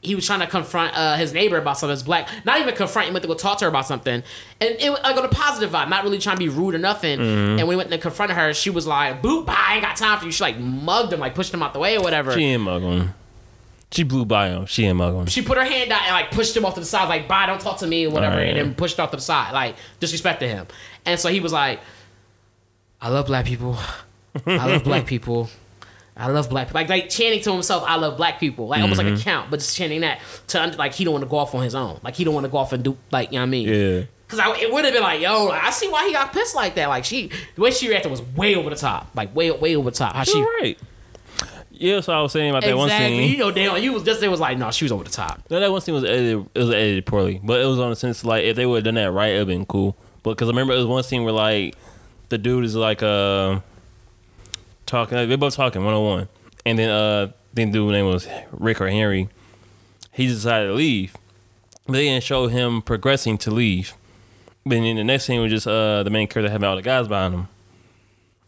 Speaker 2: he was trying to confront uh, his neighbor about something. His black, not even confront. He went to go talk to her about something, and it was like on a positive vibe, not really trying to be rude or nothing.
Speaker 1: Mm-hmm.
Speaker 2: And when he went to confront her, she was like, "Boop, bye, I ain't got time for you." She like mugged him, like pushed him out the way or whatever.
Speaker 1: She
Speaker 2: She,
Speaker 1: ain't mug him. She blew by him. She ain't mug him.
Speaker 2: put her hand out and like pushed him off to the side, like "Bye, don't talk to me" or whatever,
Speaker 1: Alright.
Speaker 2: and then pushed off to the side, like disrespected him. And so he was like, "I love black people. I
Speaker 1: <laughs>
Speaker 2: love black people." I love black people. Like, like chanting to himself, I love black people. Like almost
Speaker 1: Mm-hmm.
Speaker 2: like a count, but just chanting that to under- like he don't want to go off on his own. Like he don't want to go off and do like you know what I mean.
Speaker 1: Yeah.
Speaker 2: Cause I, it would have been like, yo, like, I see why he got pissed like that. Like she, the way she reacted was way over the top. Like way, way over the top. How she
Speaker 1: You're right. Yeah, so I was saying about that one
Speaker 2: exactly, you
Speaker 1: scene.
Speaker 2: know, damn, you was just it was like, no, she was over the top.
Speaker 1: No, that one scene was edited. It was edited poorly, but it was on the sense like if they would have done that right, it'd been cool. But because I remember it was one scene where like the dude is like uh talking. Like, they're both talking one on one, and then uh then dude name was Rick or Henry. He decided to leave. But They didn't show him progressing to leave. But then the next scene was just uh the main character having all the guys behind him.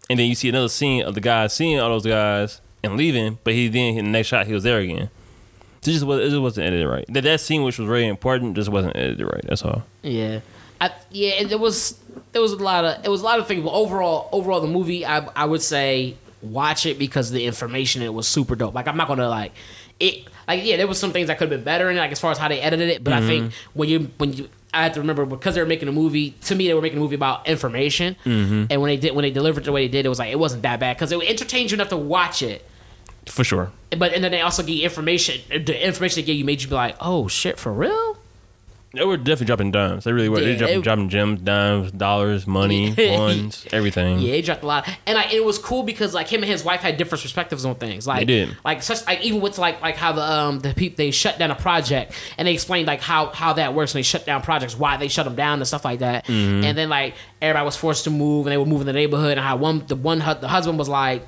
Speaker 1: And then you see another scene of the guy seeing all those guys and leaving, but he then in the next shot he was there again. It just, was, it just wasn't edited right. That, that scene, which was really important, just wasn't edited right. That's all.
Speaker 2: Yeah, I, yeah, and there was there was a lot of it was a lot of things, but overall, overall, the movie I I would say watch it because the information in it was super dope. Like I'm not gonna like it. like yeah, there was some things I could have been better in, like as far as how they edited it. But I think when you when you I have to remember because they were making a movie. To me, they were making a movie about information, and when they did when they delivered it the way they did, it was like it wasn't that bad because it entertained you enough to watch it.
Speaker 1: for sure.
Speaker 2: But and then they also gave you information. The information they gave you made you be like, oh shit, for real.
Speaker 1: They were definitely dropping dimes. They really were.
Speaker 2: Yeah,
Speaker 1: they dropping,
Speaker 2: they-
Speaker 1: dropping gems, dimes, dollars, money,
Speaker 2: <laughs> Yeah.
Speaker 1: ones, everything.
Speaker 2: Yeah, he dropped a lot, and like it was cool because like him and his wife had different perspectives on things. Like,
Speaker 1: They did.
Speaker 2: like such like even with like like how the um the people they shut down a project and they explained like how how that works when they shut down projects, why they shut them down and stuff like that.
Speaker 1: Mm-hmm.
Speaker 2: And then like everybody was forced to move and they were moving the neighborhood and how one the one hu- the husband was like.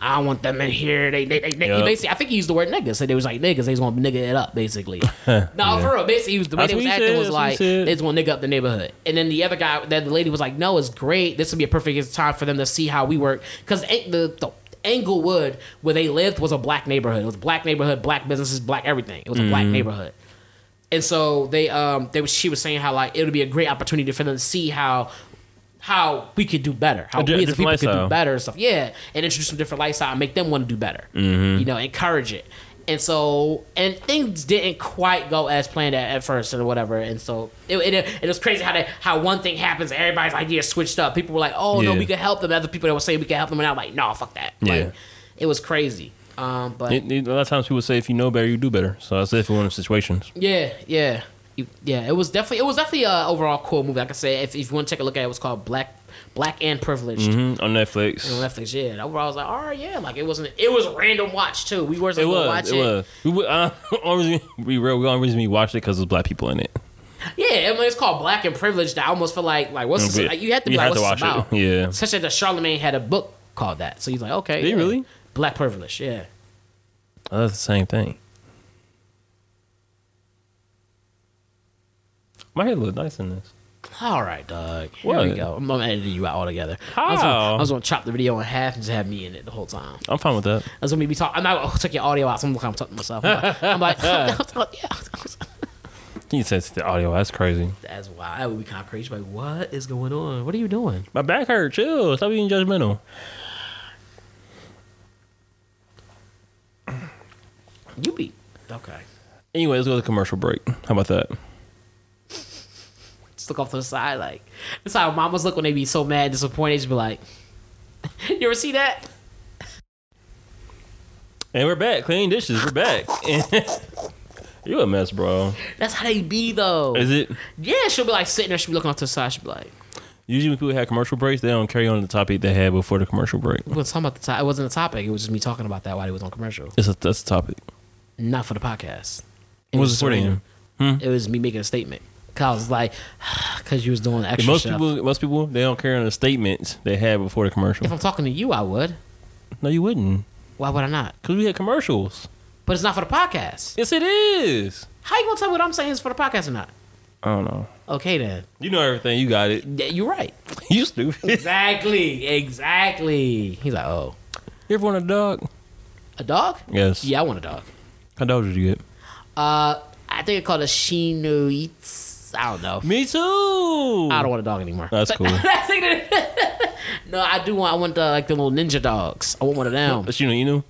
Speaker 2: I don't want them in here. They, they, they, they
Speaker 1: Yup.
Speaker 2: basically. I think he used the word nigga. So they was like niggas. They was gonna nigga it
Speaker 1: <laughs>
Speaker 2: up, basically. no, for real. Basically, he was the way
Speaker 1: That's what
Speaker 2: they was
Speaker 1: he
Speaker 2: acting
Speaker 1: said,
Speaker 2: was
Speaker 1: that's what he
Speaker 2: like
Speaker 1: said.
Speaker 2: they just want to nigga up the neighborhood. And then the other guy, that the lady was like, "No, it's great. This would be a perfect time for them to see how we work." Because the, the Englewood where they lived was a black neighborhood. It was a black neighborhood, black businesses, black everything. It was a
Speaker 1: Mm-hmm.
Speaker 2: black neighborhood. And so they, um, they was she was saying how like it would be a great opportunity for them to see how. How we could do better, how
Speaker 1: A di-
Speaker 2: we as
Speaker 1: different
Speaker 2: people could do
Speaker 1: lifestyle.
Speaker 2: better and stuff, yeah, and introduce some different lifestyle, and make them want to do better,
Speaker 1: Mm-hmm.
Speaker 2: you know, encourage it, and so and things didn't quite go as planned at, at first or whatever, and so it, it, it was crazy how they, how one thing happens, and everybody's idea switched up. People were like, oh no,
Speaker 1: Yeah.
Speaker 2: we could help them. Other people that were saying we could help them, and I'm like, no, fuck that.
Speaker 1: Yeah.
Speaker 2: Like, it was crazy. Um, but
Speaker 1: It, it- a lot of times people say if you know better, you do better. So that's definitely one of the situations.
Speaker 2: yeah, yeah, You- yeah. It was definitely it was definitely a overall cool movie. Like I said, if, if you want to take a look at it, it was called Black Black and Privileged.
Speaker 1: Mhm, On Netflix.
Speaker 2: on Netflix. Yeah, and overall, I was like, all right, yeah, like it wasn't. It was a random watch too. We weren't
Speaker 1: It
Speaker 2: gonna
Speaker 1: was.
Speaker 2: watch
Speaker 1: it,
Speaker 2: it.
Speaker 1: was. We <laughs> would, uh, only reason we real. We only reason we watched it because there's black people in it.
Speaker 2: Yeah, I mean, it's called Black and Privileged. I almost feel like like what's this,
Speaker 1: Yeah.
Speaker 2: like, you had to be
Speaker 1: You
Speaker 2: like
Speaker 1: had to
Speaker 2: what's this
Speaker 1: watch it.
Speaker 2: about?
Speaker 1: Yeah.
Speaker 2: especially that Charlemagne had a book called that. So he's like, okay,
Speaker 1: Did he
Speaker 2: yeah.
Speaker 1: really?
Speaker 2: Black Privilege. Yeah,
Speaker 1: Oh, that's the same thing. My hair looks nice in this.
Speaker 2: all right, dog. Here we
Speaker 1: What?
Speaker 2: go. I'm gonna edit you out altogether. I was, gonna,
Speaker 1: How?
Speaker 2: I was gonna chop the video in half and just have me in it the whole time.
Speaker 1: I'm fine with that.
Speaker 2: That's what made me talk. I'm not gonna take your audio out. So I'm gonna talk to myself. I'm like, I'm like <laughs> yeah.
Speaker 1: He says the audio. That's crazy.
Speaker 2: That's why that would be kind of crazy. Like, what is going on? What are you doing?
Speaker 1: My back hurt. Chill. Stop being judgmental.
Speaker 2: You be okay.
Speaker 1: Anyway, let's go to the commercial break. How about that?
Speaker 2: just look off to the side. Like that's how mamas look when they be so mad, disappointed. Just be like, <laughs> you ever see that?
Speaker 1: And we're back. Cleaning dishes. We're back. <laughs> you a mess, bro.
Speaker 2: That's how they be though.
Speaker 1: Is it?
Speaker 2: yeah, she'll be like sitting there, she'll be looking off to the side. She'll be like,
Speaker 1: Usually when people have commercial breaks, they don't carry on the topic they had before the commercial break.
Speaker 2: "We was talking about the topic. It wasn't a topic. It was just me talking about that while it was on commercial,
Speaker 1: It's a, that's the topic.
Speaker 2: not for the podcast. It
Speaker 1: What was the
Speaker 2: Serena.
Speaker 1: story? Hmm?
Speaker 2: It was me making a statement. Cause I was like, <sighs> cause you was doing extra
Speaker 1: Most
Speaker 2: stuff.
Speaker 1: people, most people, they don't carry on the statements they had before the commercial.
Speaker 2: if I'm talking to you, I would.
Speaker 1: No, you wouldn't,
Speaker 2: Why would I not?
Speaker 1: because we had commercials.
Speaker 2: But it's not for the podcast.
Speaker 1: Yes, it is.
Speaker 2: How you gonna tell me what I'm saying is for the podcast or not?
Speaker 1: I don't know.
Speaker 2: Okay then,
Speaker 1: You know everything. You got it. <laughs>
Speaker 2: Yeah, you're right.
Speaker 1: You <laughs> stupid.
Speaker 2: Exactly, exactly. He's like, oh,
Speaker 1: you ever want a dog?
Speaker 2: a dog?
Speaker 1: Yes.
Speaker 2: Yeah, I want a dog.
Speaker 1: How dog did you get?
Speaker 2: Uh, I think it's called a Shih Eats. I don't know.
Speaker 1: Me too.
Speaker 2: I don't want a dog anymore. <laughs>
Speaker 1: That's cool. <laughs>
Speaker 2: I think that- <laughs> no, I do want. I want the, like the little ninja dogs. I want one of them.
Speaker 1: But you know, you know.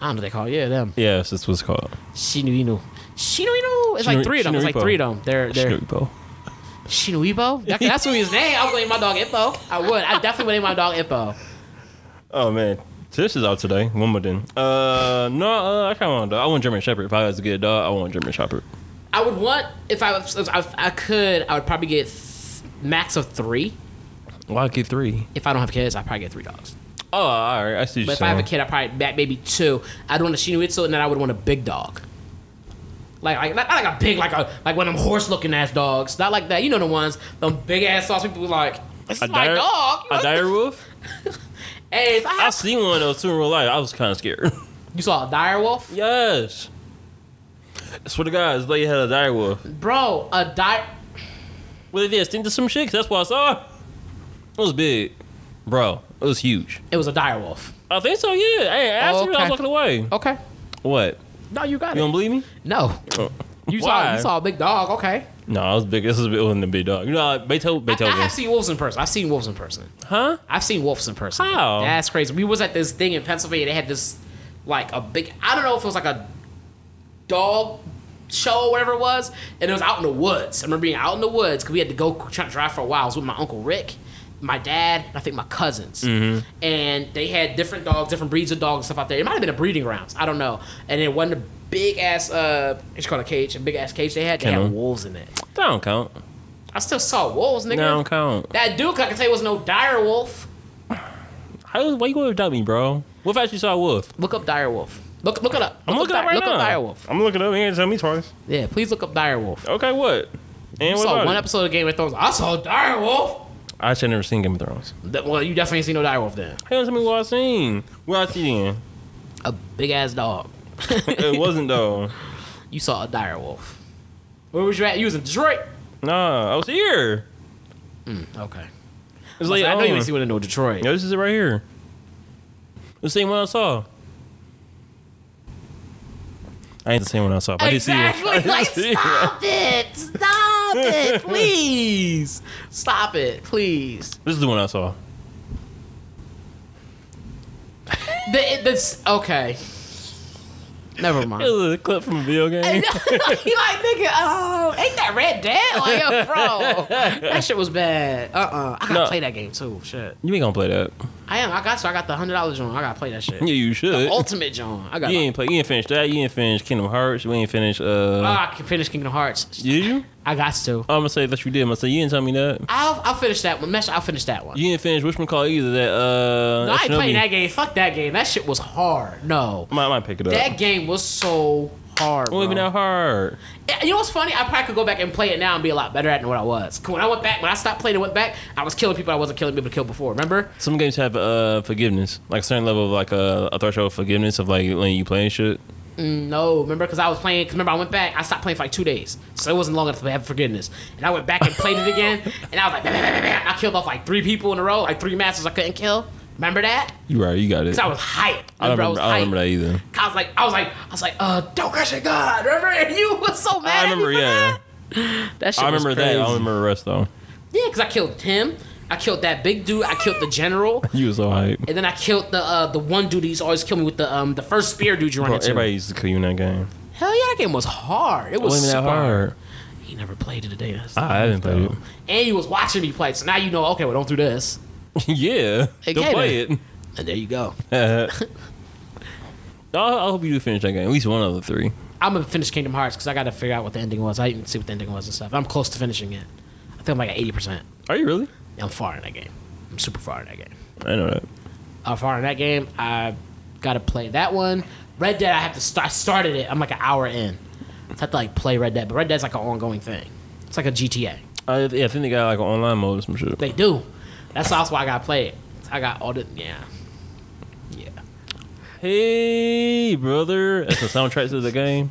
Speaker 2: I don't know what they call. It. Yeah, them
Speaker 1: Yes, that's what's called.
Speaker 2: Shinu Inu. Shinu Inu. It's like
Speaker 1: Shinu-
Speaker 2: three of them. It's like
Speaker 1: Shinoripo.
Speaker 2: three of them. They're they're
Speaker 1: Snoopy.
Speaker 2: Shinu Ipo. That- That's what his name. I was gonna name my dog Ippo. I would. I definitely would name my dog Ippo.
Speaker 1: Oh man, this is out today. One more thing. Uh, no, uh, I kind of want a dog. I want German Shepherd. If I was to get a dog, I want German Shepherd.
Speaker 2: I would want if I was- if I, if I could. I would probably get th- max of three.
Speaker 1: Why get three?
Speaker 2: If I don't have kids, I probably get three dogs.
Speaker 1: Oh, all right. I see.
Speaker 2: But if I have a kid, I probably bat maybe two. I'd want a Shih Tzu, Itzu, and then I would want a big dog. Like, like not, not like a big, like a like one of them horse looking ass dogs. Not like that. You know the ones, them big ass dogs. People be like, this is my
Speaker 1: dire-
Speaker 2: dog.
Speaker 1: A dire wolf? <laughs>
Speaker 2: hey, if I
Speaker 1: I've
Speaker 2: have,
Speaker 1: seen one of those too in real life. I was kind of <laughs> scared.
Speaker 2: you saw a dire wolf,
Speaker 1: yes. I swear to God, this lady had a dire wolf.
Speaker 2: bro. A dire.
Speaker 1: What it is? Think to some shit. 'Cause that's what I saw. It was big, bro. It was huge.
Speaker 2: It was a dire wolf.
Speaker 1: I think so. Yeah. Hey, I asked you when I was
Speaker 2: Okay.
Speaker 1: walking away.
Speaker 2: Okay.
Speaker 1: What?
Speaker 2: No, you got
Speaker 1: You
Speaker 2: it.
Speaker 1: don't believe me?
Speaker 2: No,
Speaker 1: Oh.
Speaker 2: you saw
Speaker 1: Why?
Speaker 2: you saw a big dog. Okay.
Speaker 1: No, I was big. This was it wasn't a big dog. You know, I- Beethoven.
Speaker 2: I, I
Speaker 1: Beethoven.
Speaker 2: <laughs> have seen wolves in person. I've seen wolves in person.
Speaker 1: huh?
Speaker 2: I've seen wolves in person.
Speaker 1: How?
Speaker 2: That's crazy. We was at this thing in Pennsylvania. They had this like a big. I don't know if it was like a dog show, whatever it was, and it was out in the woods. I remember being out in the woods because we had to go try to drive for a while. I was with my uncle Rick, my dad, and I think my cousins,
Speaker 1: Mm-hmm.
Speaker 2: and they had different dogs, different breeds of dogs and stuff out there. It might have been a breeding grounds, I don't know. And it wasn't a big ass. Uh, it's called a cage, a big ass cage they had. They
Speaker 1: Kennel.
Speaker 2: had wolves in it.
Speaker 1: That don't count.
Speaker 2: I still saw wolves, nigga.
Speaker 1: That don't count.
Speaker 2: That dude, I can tell you, was no dire wolf.
Speaker 1: How, why you going without me, bro? What if I actually saw a wolf?
Speaker 2: Look up dire wolf. Look, look it up.
Speaker 1: I'm
Speaker 2: look
Speaker 1: looking up
Speaker 2: Di-
Speaker 1: right now.
Speaker 2: Look up dire wolf.
Speaker 1: I'm looking up. You ain't tell me twice.
Speaker 2: Yeah, please look up dire wolf.
Speaker 1: Okay, what? And
Speaker 2: I
Speaker 1: what
Speaker 2: saw
Speaker 1: about
Speaker 2: one
Speaker 1: it?
Speaker 2: episode of Game of Thrones. I saw dire wolf.
Speaker 1: I should have never seen Game of Thrones.
Speaker 2: Th- Well, you definitely ain't seen no dire wolf then.
Speaker 1: Hey, tell me what I seen. What I seen?
Speaker 2: A big ass dog. <laughs>
Speaker 1: it wasn't though.
Speaker 2: You saw a dire wolf. Where was you at? You was in Detroit.
Speaker 1: Nah, I was here.
Speaker 2: Okay.
Speaker 1: It's
Speaker 2: I, was
Speaker 1: like,
Speaker 2: like, I know you
Speaker 1: oh.
Speaker 2: ain't seen one in no Detroit.
Speaker 1: Yeah, this is it right here. The same one I saw. I ain't the same one I saw. But <laughs>
Speaker 2: Exactly.
Speaker 1: I did see it. I
Speaker 2: Like,
Speaker 1: did see it.
Speaker 2: stop it.
Speaker 1: <laughs>
Speaker 2: Stop it. Please. Stop it. Please.
Speaker 1: This is the one I saw.
Speaker 2: The, it, this, okay. Never mind.
Speaker 1: It was a clip from a video
Speaker 2: <laughs> you
Speaker 1: game.
Speaker 2: like nigga, oh, ain't that Red Dead? Like, yo,
Speaker 1: <laughs>
Speaker 2: bro, that shit was bad. Uh, uh I gotta
Speaker 1: No.
Speaker 2: play that game too. Shit,
Speaker 1: You ain't gonna play that.
Speaker 2: I am. I got so I got the hundred dollars on. I gotta play that shit.
Speaker 1: Yeah, you should.
Speaker 2: Ultimate John. I got.
Speaker 1: You ain't play. You ain't finish that. You ain't finish Kingdom Hearts. You ain't finish. Uh,
Speaker 2: Ah, I can finish Kingdom Hearts.
Speaker 1: did you?
Speaker 2: I got to.
Speaker 1: I'm gonna say that you did. I'm gonna say you didn't tell me that.
Speaker 2: I'll I'll finish that one. Mesh, I'll finish that one.
Speaker 1: You didn't finish which one call either. That uh,
Speaker 2: No, I ain't
Speaker 1: Shinobi.
Speaker 2: playing that game. Fuck that game. That shit was hard. No,
Speaker 1: I might, I might pick it up.
Speaker 2: that game was so hard.
Speaker 1: Well,
Speaker 2: bro.
Speaker 1: even that hard.
Speaker 2: Yeah, You know what's funny? I probably could go back and play it now and be a lot better at it than what I was. 'Cause When I went back, when I stopped playing and went back, I was killing people I wasn't killing people to kill before. Remember?
Speaker 1: Some games have uh forgiveness, like a certain level of like uh, a threshold of forgiveness of like when you playing shit.
Speaker 2: No, remember? Because I was playing. Cause remember, I went back. I stopped playing for like two days, so it wasn't long enough to have forgiveness. And I went back and played it again, and I was like, "Bah, bah, bah, bah, bah." I killed off like three people in a row, like three masters I couldn't kill. Remember that?
Speaker 1: You right. You got it.
Speaker 2: Because I was hyped.
Speaker 1: I don't
Speaker 2: Remember,
Speaker 1: remember, I don't
Speaker 2: I, was hyped.
Speaker 1: remember that either.
Speaker 2: 'Cause I was like, I was like, I was like, uh, don't crush it, God. Remember? And you was so mad.
Speaker 1: I
Speaker 2: at me
Speaker 1: remember,
Speaker 2: for
Speaker 1: yeah.
Speaker 2: That, that shit
Speaker 1: I
Speaker 2: was
Speaker 1: remember that. I don't
Speaker 2: crazy.
Speaker 1: remember the rest though.
Speaker 2: Yeah, because I killed him. I killed that big dude. I killed the general.
Speaker 1: You was so hype.
Speaker 2: And then I killed the uh, the one dude who used to always kill me with the um the first spear dude you run
Speaker 1: Bro,
Speaker 2: into.
Speaker 1: everybody used to kill you in that game.
Speaker 2: Hell yeah, that game was hard. It was
Speaker 1: Wasn't that
Speaker 2: super
Speaker 1: hard?
Speaker 2: He never played it a day. That's-
Speaker 1: Ah, I haven't played it.
Speaker 2: And you was watching me play, so now you know. Okay, well, don't do this.
Speaker 1: yeah,
Speaker 2: Hey,
Speaker 1: don't
Speaker 2: Gator.
Speaker 1: play it. <laughs>
Speaker 2: And there you go.
Speaker 1: I, I hope you do finish that game. At least one of the three.
Speaker 2: I'm gonna finish Kingdom Hearts because I gotta figure out what the ending was. I didn't see what the ending was and stuff. I'm close to finishing it. I think I'm like at eighty percent.
Speaker 1: Are you really?
Speaker 2: I'm far in that game. I'm super far in that game.
Speaker 1: I know that.
Speaker 2: I'm far in that game. I gotta play that one. Red Dead. I have to start. I started it. I'm like an hour in. So I have to like play Red Dead, but Red Dead's like an ongoing thing. It's like a GTA.
Speaker 1: I, yeah, I think they got like an online mode or some shit.
Speaker 2: They do. That's also why I gotta play it. I got all the yeah, yeah.
Speaker 1: Hey, brother, that's the soundtrack to the game.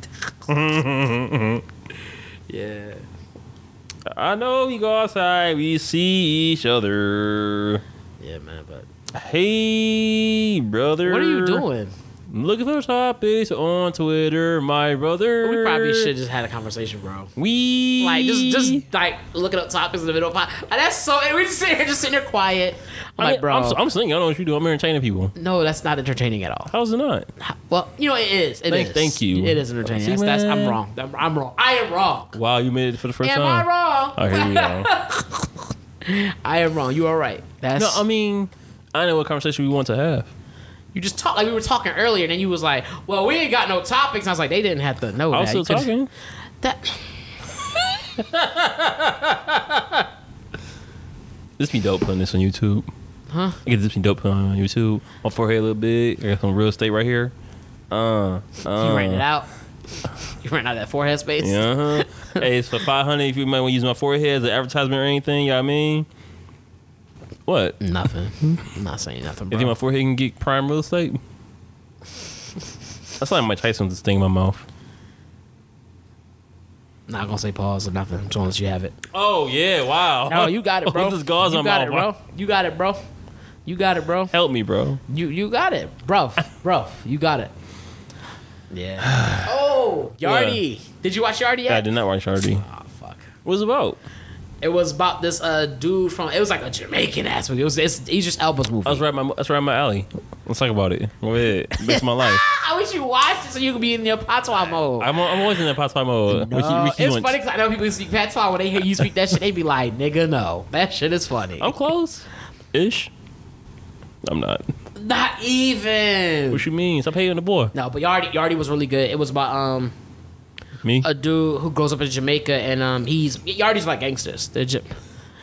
Speaker 2: Yeah.
Speaker 1: <laughs> I know we go outside, we see each other.
Speaker 2: Yeah, man, but
Speaker 1: Hey, brother,
Speaker 2: what are you doing?
Speaker 1: I'm looking for topics on Twitter, my brother.
Speaker 2: We probably should just had a conversation, bro.
Speaker 1: We
Speaker 2: Like just just like looking up topics in the middle of pod. and That's so and we just sitting here just sitting here quiet. I'm
Speaker 1: I
Speaker 2: like, bro,
Speaker 1: am I'm singing. I don't know what you do. I'm entertaining people.
Speaker 2: no, that's not entertaining at all.
Speaker 1: How's it not?
Speaker 2: Well, you know it is. It is.
Speaker 1: Thank- thank you.
Speaker 2: It is entertaining.
Speaker 1: See,
Speaker 2: That's, that's I'm
Speaker 1: man.
Speaker 2: wrong. I'm, I'm wrong. I am wrong.
Speaker 1: Wow, you made it for the first
Speaker 2: Am
Speaker 1: time.
Speaker 2: I wrong?
Speaker 1: Oh, here we go.
Speaker 2: <laughs> I am wrong. You are right. That's
Speaker 1: no, I mean, I know what conversation we want to have.
Speaker 2: You just talk like we were talking earlier, and then you was like, "Well, we ain't got no topics." And I was like, "They didn't have to know
Speaker 1: I was
Speaker 2: that." You
Speaker 1: still
Speaker 2: couldn't-
Speaker 1: talking.
Speaker 2: That <laughs>
Speaker 1: This be dope putting this on YouTube. Huh? I get this be dope putting on YouTube. My forehead a little big. I got some real estate right here. Uh,
Speaker 2: you ran it
Speaker 1: uh.
Speaker 2: out. You ran out of that forehead space.
Speaker 1: Yeah. huh hey, it's for five hundred. If you might want to use my forehead as an advertisement or anything, you know what I mean? What?
Speaker 2: Nothing. I'm not saying nothing,
Speaker 1: You think
Speaker 2: bro.
Speaker 1: my forehead can get prime real estate? That's like Mike Tyson's thing in my mouth.
Speaker 2: not gonna say pause or nothing. I'm just gonna let you have it.
Speaker 1: Oh yeah! Wow.
Speaker 2: No, you
Speaker 1: <laughs>
Speaker 2: got it, bro.
Speaker 1: With this Oh, gauze
Speaker 2: you
Speaker 1: on
Speaker 2: got
Speaker 1: my
Speaker 2: it,
Speaker 1: mouth.
Speaker 2: bro. You got it, bro. You got it, bro.
Speaker 1: Help me, bro.
Speaker 2: You you got it, bro. Bro, you got it.
Speaker 1: <sighs>
Speaker 2: Yeah. oh, Yardi. Did you watch Yardi yet?
Speaker 1: I did not watch Hardy.
Speaker 2: Oh, fuck.
Speaker 1: What's it about?
Speaker 2: It was about this uh dude from. It was like a Jamaican ass movie. It was it's Idris Elba's movie.
Speaker 1: That's right. My that's right. My alley. Let's talk about it. Go ahead. <laughs> It's my life.
Speaker 2: I wish you watched it so you could be in your patois mode.
Speaker 1: I'm, I'm always in that patois mode. Ricky-
Speaker 2: Uh,
Speaker 1: Ricky
Speaker 2: it's
Speaker 1: Lynch.
Speaker 2: funny because I know people who speak patois when they hear you speak that shit, they be like, "Nigga, no, that shit is funny."
Speaker 1: I'm close, ish. I'm not.
Speaker 2: Not even.
Speaker 1: What you mean? Stop hating the boy.
Speaker 2: No, but Yardi Yardi was really good. It was about um
Speaker 1: Me?
Speaker 2: a dude who grows up in Jamaica and um he's Yardi's like gangsters.
Speaker 1: <laughs>
Speaker 2: They're Ja-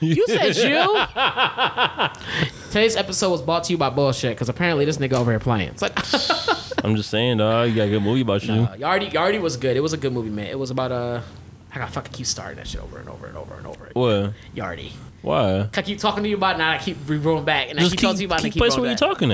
Speaker 2: you said you. Today's episode was brought to you by bullshit because apparently this nigga over here playing. It's like <laughs>
Speaker 1: I'm just saying, dog. You got a good movie about you.
Speaker 2: Uh, Yardi Yardi was good. It was a good movie, man. It was about uh, I gotta fucking keep starting that shit over and over and over and over. again.
Speaker 1: What?
Speaker 2: Yardi.
Speaker 1: Why?
Speaker 2: I keep talking to you about it, now. I keep re- going back, and I
Speaker 1: Just
Speaker 2: keep
Speaker 1: keep,
Speaker 2: talking to you about it, and I
Speaker 1: keep
Speaker 2: keep
Speaker 1: placing
Speaker 2: going
Speaker 1: what you're
Speaker 2: back.
Speaker 1: talking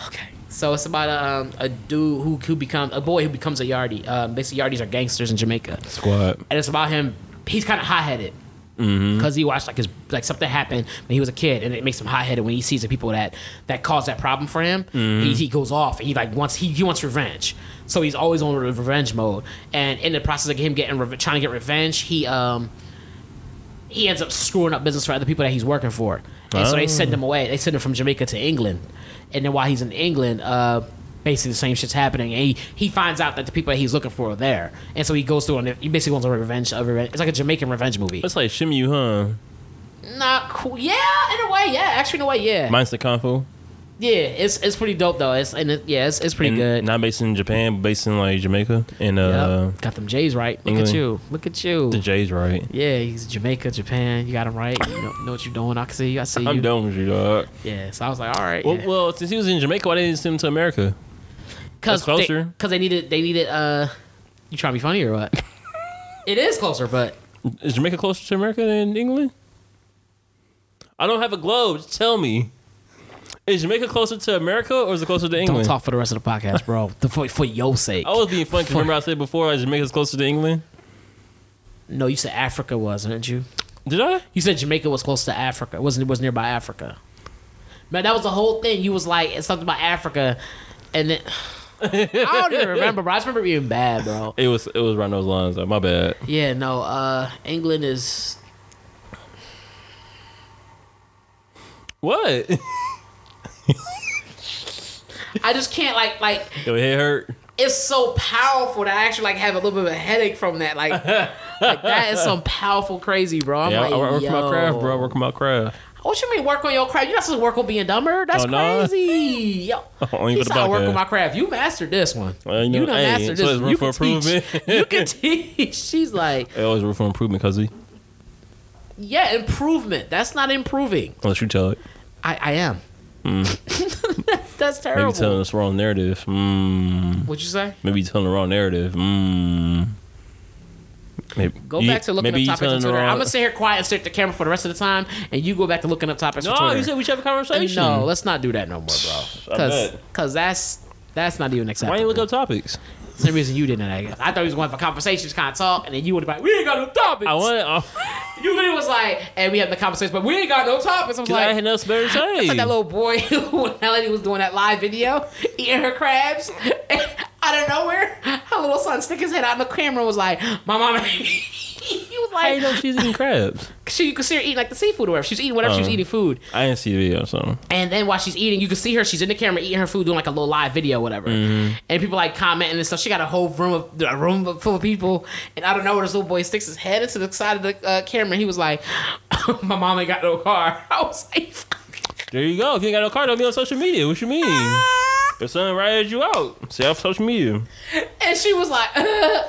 Speaker 1: at.
Speaker 2: Okay. So it's about um, a dude who who becomes a boy who becomes a Yardi. Um, basically, Yardis are gangsters in Jamaica,
Speaker 1: Squad.
Speaker 2: and it's about him. He's kind of hot headed because he watched like his like something happen when he was a kid, and it makes him hot headed when he sees the people that that caused that problem for him. He, he goes off and he like wants he, he wants revenge, so he's always on re- revenge mode. And in the process of him getting rev trying to get revenge, he um he ends up screwing up business for other people that he's working for, and so they send him away. They send him from Jamaica to England, and then while he's in England, uh. Basically, the same shit's happening, and he, he finds out that the people that he's looking for are there, and so he goes through and he basically wants a revenge. A revenge. It's like a Jamaican revenge movie.
Speaker 1: It's like shimmy you, huh?
Speaker 2: Not cool. Yeah, in a way, yeah. Actually, in a way, yeah.
Speaker 1: Mine's the kung fu.
Speaker 2: yeah, it's it's pretty dope though. It's and it, yeah, it's, it's pretty
Speaker 1: And
Speaker 2: good.
Speaker 1: Not based in Japan, but based in like Jamaica and uh,
Speaker 2: yep. Got them J's right. Look
Speaker 1: England.
Speaker 2: at you. Look at you.
Speaker 1: the J's, right?
Speaker 2: yeah, he's Jamaica, Japan. You got him right. You know, know what you're doing. I can see you. I see
Speaker 1: I'm
Speaker 2: you.
Speaker 1: done with you, dog.
Speaker 2: Yeah. So I was like, all right.
Speaker 1: Well,
Speaker 2: yeah.
Speaker 1: well, since he was in Jamaica, why didn't they send him to America?
Speaker 2: Cause
Speaker 1: that's
Speaker 2: they-
Speaker 1: closer.
Speaker 2: Cause they needed. They needed. Uh, you trying to be funny or what? <laughs> it is closer, but
Speaker 1: Is Jamaica closer to America than England? I don't have a globe. Just tell me. Is Jamaica closer to America or is it closer to
Speaker 2: don't
Speaker 1: England?
Speaker 2: talk for the rest of the podcast, bro. The- for for your sake.
Speaker 1: I was being fun because remember I said before like, Jamaica's closer to England?
Speaker 2: No, you said Africa was, didn't you?
Speaker 1: Did I?
Speaker 2: You said Jamaica was close to Africa. Wasn't it was nearby Africa? Man, that was the whole thing. You was like it's something about Africa, and then <laughs> <laughs> I don't even remember, bro. I just remember being bad, bro.
Speaker 1: <laughs> It was it was around those lines. Though. My bad.
Speaker 2: Yeah, no. Uh, England is
Speaker 1: What?
Speaker 2: I just can't like like
Speaker 1: Your head hurt.
Speaker 2: it's so powerful that I actually like have a little bit of a headache from that.
Speaker 1: <laughs>
Speaker 2: Like, like that is some powerful crazy, bro. I'm
Speaker 1: Yeah, I,
Speaker 2: like,
Speaker 1: I work
Speaker 2: yo. Oh,
Speaker 1: on my craft, bro. I work on my craft.
Speaker 2: What you mean work on your craft? You're not supposed to work on being dumber. That's
Speaker 1: Oh, no? <laughs>
Speaker 2: crazy. Yo,
Speaker 1: Only
Speaker 2: you
Speaker 1: for the
Speaker 2: said I work
Speaker 1: podcast.
Speaker 2: on my craft. You mastered this one.
Speaker 1: Well, you know,
Speaker 2: done
Speaker 1: hey,
Speaker 2: mastered
Speaker 1: so
Speaker 2: this.
Speaker 1: it's room
Speaker 2: you
Speaker 1: for
Speaker 2: can
Speaker 1: improvement.
Speaker 2: Teach. <laughs> you can teach. She's like,
Speaker 1: I always room for improvement, cuz
Speaker 2: yeah, improvement. That's not improving.
Speaker 1: unless you tell it.
Speaker 2: I, I am. <laughs> that's, that's
Speaker 1: Hmm. Maybe
Speaker 2: terrible.
Speaker 1: you're telling us wrong narrative. Mm.
Speaker 2: What'd you say?
Speaker 1: Maybe you're telling the wrong narrative. Mm. Maybe,
Speaker 2: Go
Speaker 1: you-
Speaker 2: back to looking
Speaker 1: maybe
Speaker 2: up
Speaker 1: you're
Speaker 2: topics on
Speaker 1: telling the
Speaker 2: Twitter.
Speaker 1: wrong-
Speaker 2: I'm gonna sit here quiet and stare at the camera for the rest of the time, and you go back to looking up topics on
Speaker 1: <laughs> No,
Speaker 2: Twitter.
Speaker 1: you said we should have a conversation.
Speaker 2: no, let's not do that no more, bro.
Speaker 1: I bet.
Speaker 2: Because that's that's not even acceptable.
Speaker 1: Why you look up topics?
Speaker 2: Same reason you didn't. I guess I thought he was going for conversations, kind of talk, and then you would be like, "We ain't got no topics."
Speaker 1: I want. uh, I,
Speaker 2: You literally was like, "And we had the conversation, but we ain't got no topics." I was
Speaker 1: 'cause I
Speaker 2: <laughs> like,
Speaker 1: had nothing better to say.
Speaker 2: It's like that little boy <laughs> who when that lady was doing that live video, eating her crabs. <laughs> And out of nowhere, her little son stick his head out in the camera and was like, My mama <laughs> He was
Speaker 1: I didn't
Speaker 2: like
Speaker 1: know she was eating crabs.
Speaker 2: she you could see her eating like the seafood or whatever. She's eating whatever she was
Speaker 1: Uh-huh.
Speaker 2: eating food.
Speaker 1: I didn't see the video, so
Speaker 2: And then while she's eating, you can see her, she's in the camera eating her food, doing like a little live video or whatever. And people like commenting and stuff. She got a whole room of a room full of people. And I don't know where this little boy sticks his head into the side of the uh, camera. He was like, <laughs> My mom ain't got no car. <laughs> I was like,
Speaker 1: there you go. If you ain't got no card, don't be on social media. What you mean?
Speaker 2: <laughs>
Speaker 1: Your son ratted you out. See off social media.
Speaker 2: And she was like, <laughs>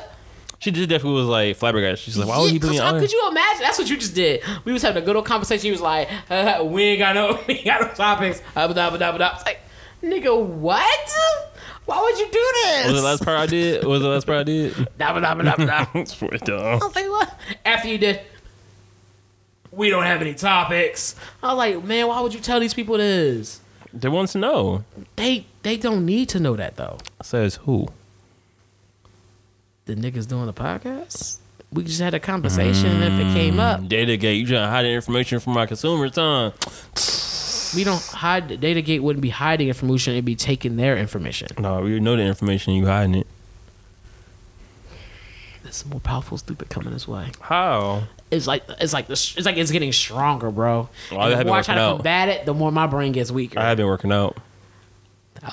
Speaker 1: She just definitely was like flabbergasted. She's like, why would
Speaker 2: Yeah,
Speaker 1: he put me
Speaker 2: 'cause how
Speaker 1: on?
Speaker 2: could you imagine? That's what you just did. We was having a good old conversation. He was like, <laughs> uh, "We ain't got no, <laughs> we ain't got no topics." Uh, blah, blah, blah, blah. It's like, nigga, what? Why would you do this?
Speaker 1: What was the
Speaker 2: <laughs>
Speaker 1: last part I did? What was the last part I did?
Speaker 2: Blah, blah, blah, blah,
Speaker 1: <laughs>
Speaker 2: blah.
Speaker 1: It's pretty dumb.
Speaker 2: I was like, what? After you did, we don't have any topics. I was like, man, why would you tell these people this?
Speaker 1: They want to know.
Speaker 2: They they don't need to know that though.
Speaker 1: Says who?
Speaker 2: The niggas doing the podcast. We just had a conversation, and if it came up,
Speaker 1: Data gate. You trying to hide the information from my consumers, huh?
Speaker 2: we don't
Speaker 1: Mm.
Speaker 2: hide. DataGate wouldn't be hiding information; it'd be taking their information.
Speaker 1: No, we know the information. You hiding it.
Speaker 2: this more powerful stupid coming this way.
Speaker 1: How?
Speaker 2: It's like it's like this, it's like it's getting stronger, bro.
Speaker 1: Well, I
Speaker 2: and the
Speaker 1: haven't
Speaker 2: more I
Speaker 1: worked
Speaker 2: try to
Speaker 1: it out.
Speaker 2: combat it, the more my brain gets weaker.
Speaker 1: I have been working out.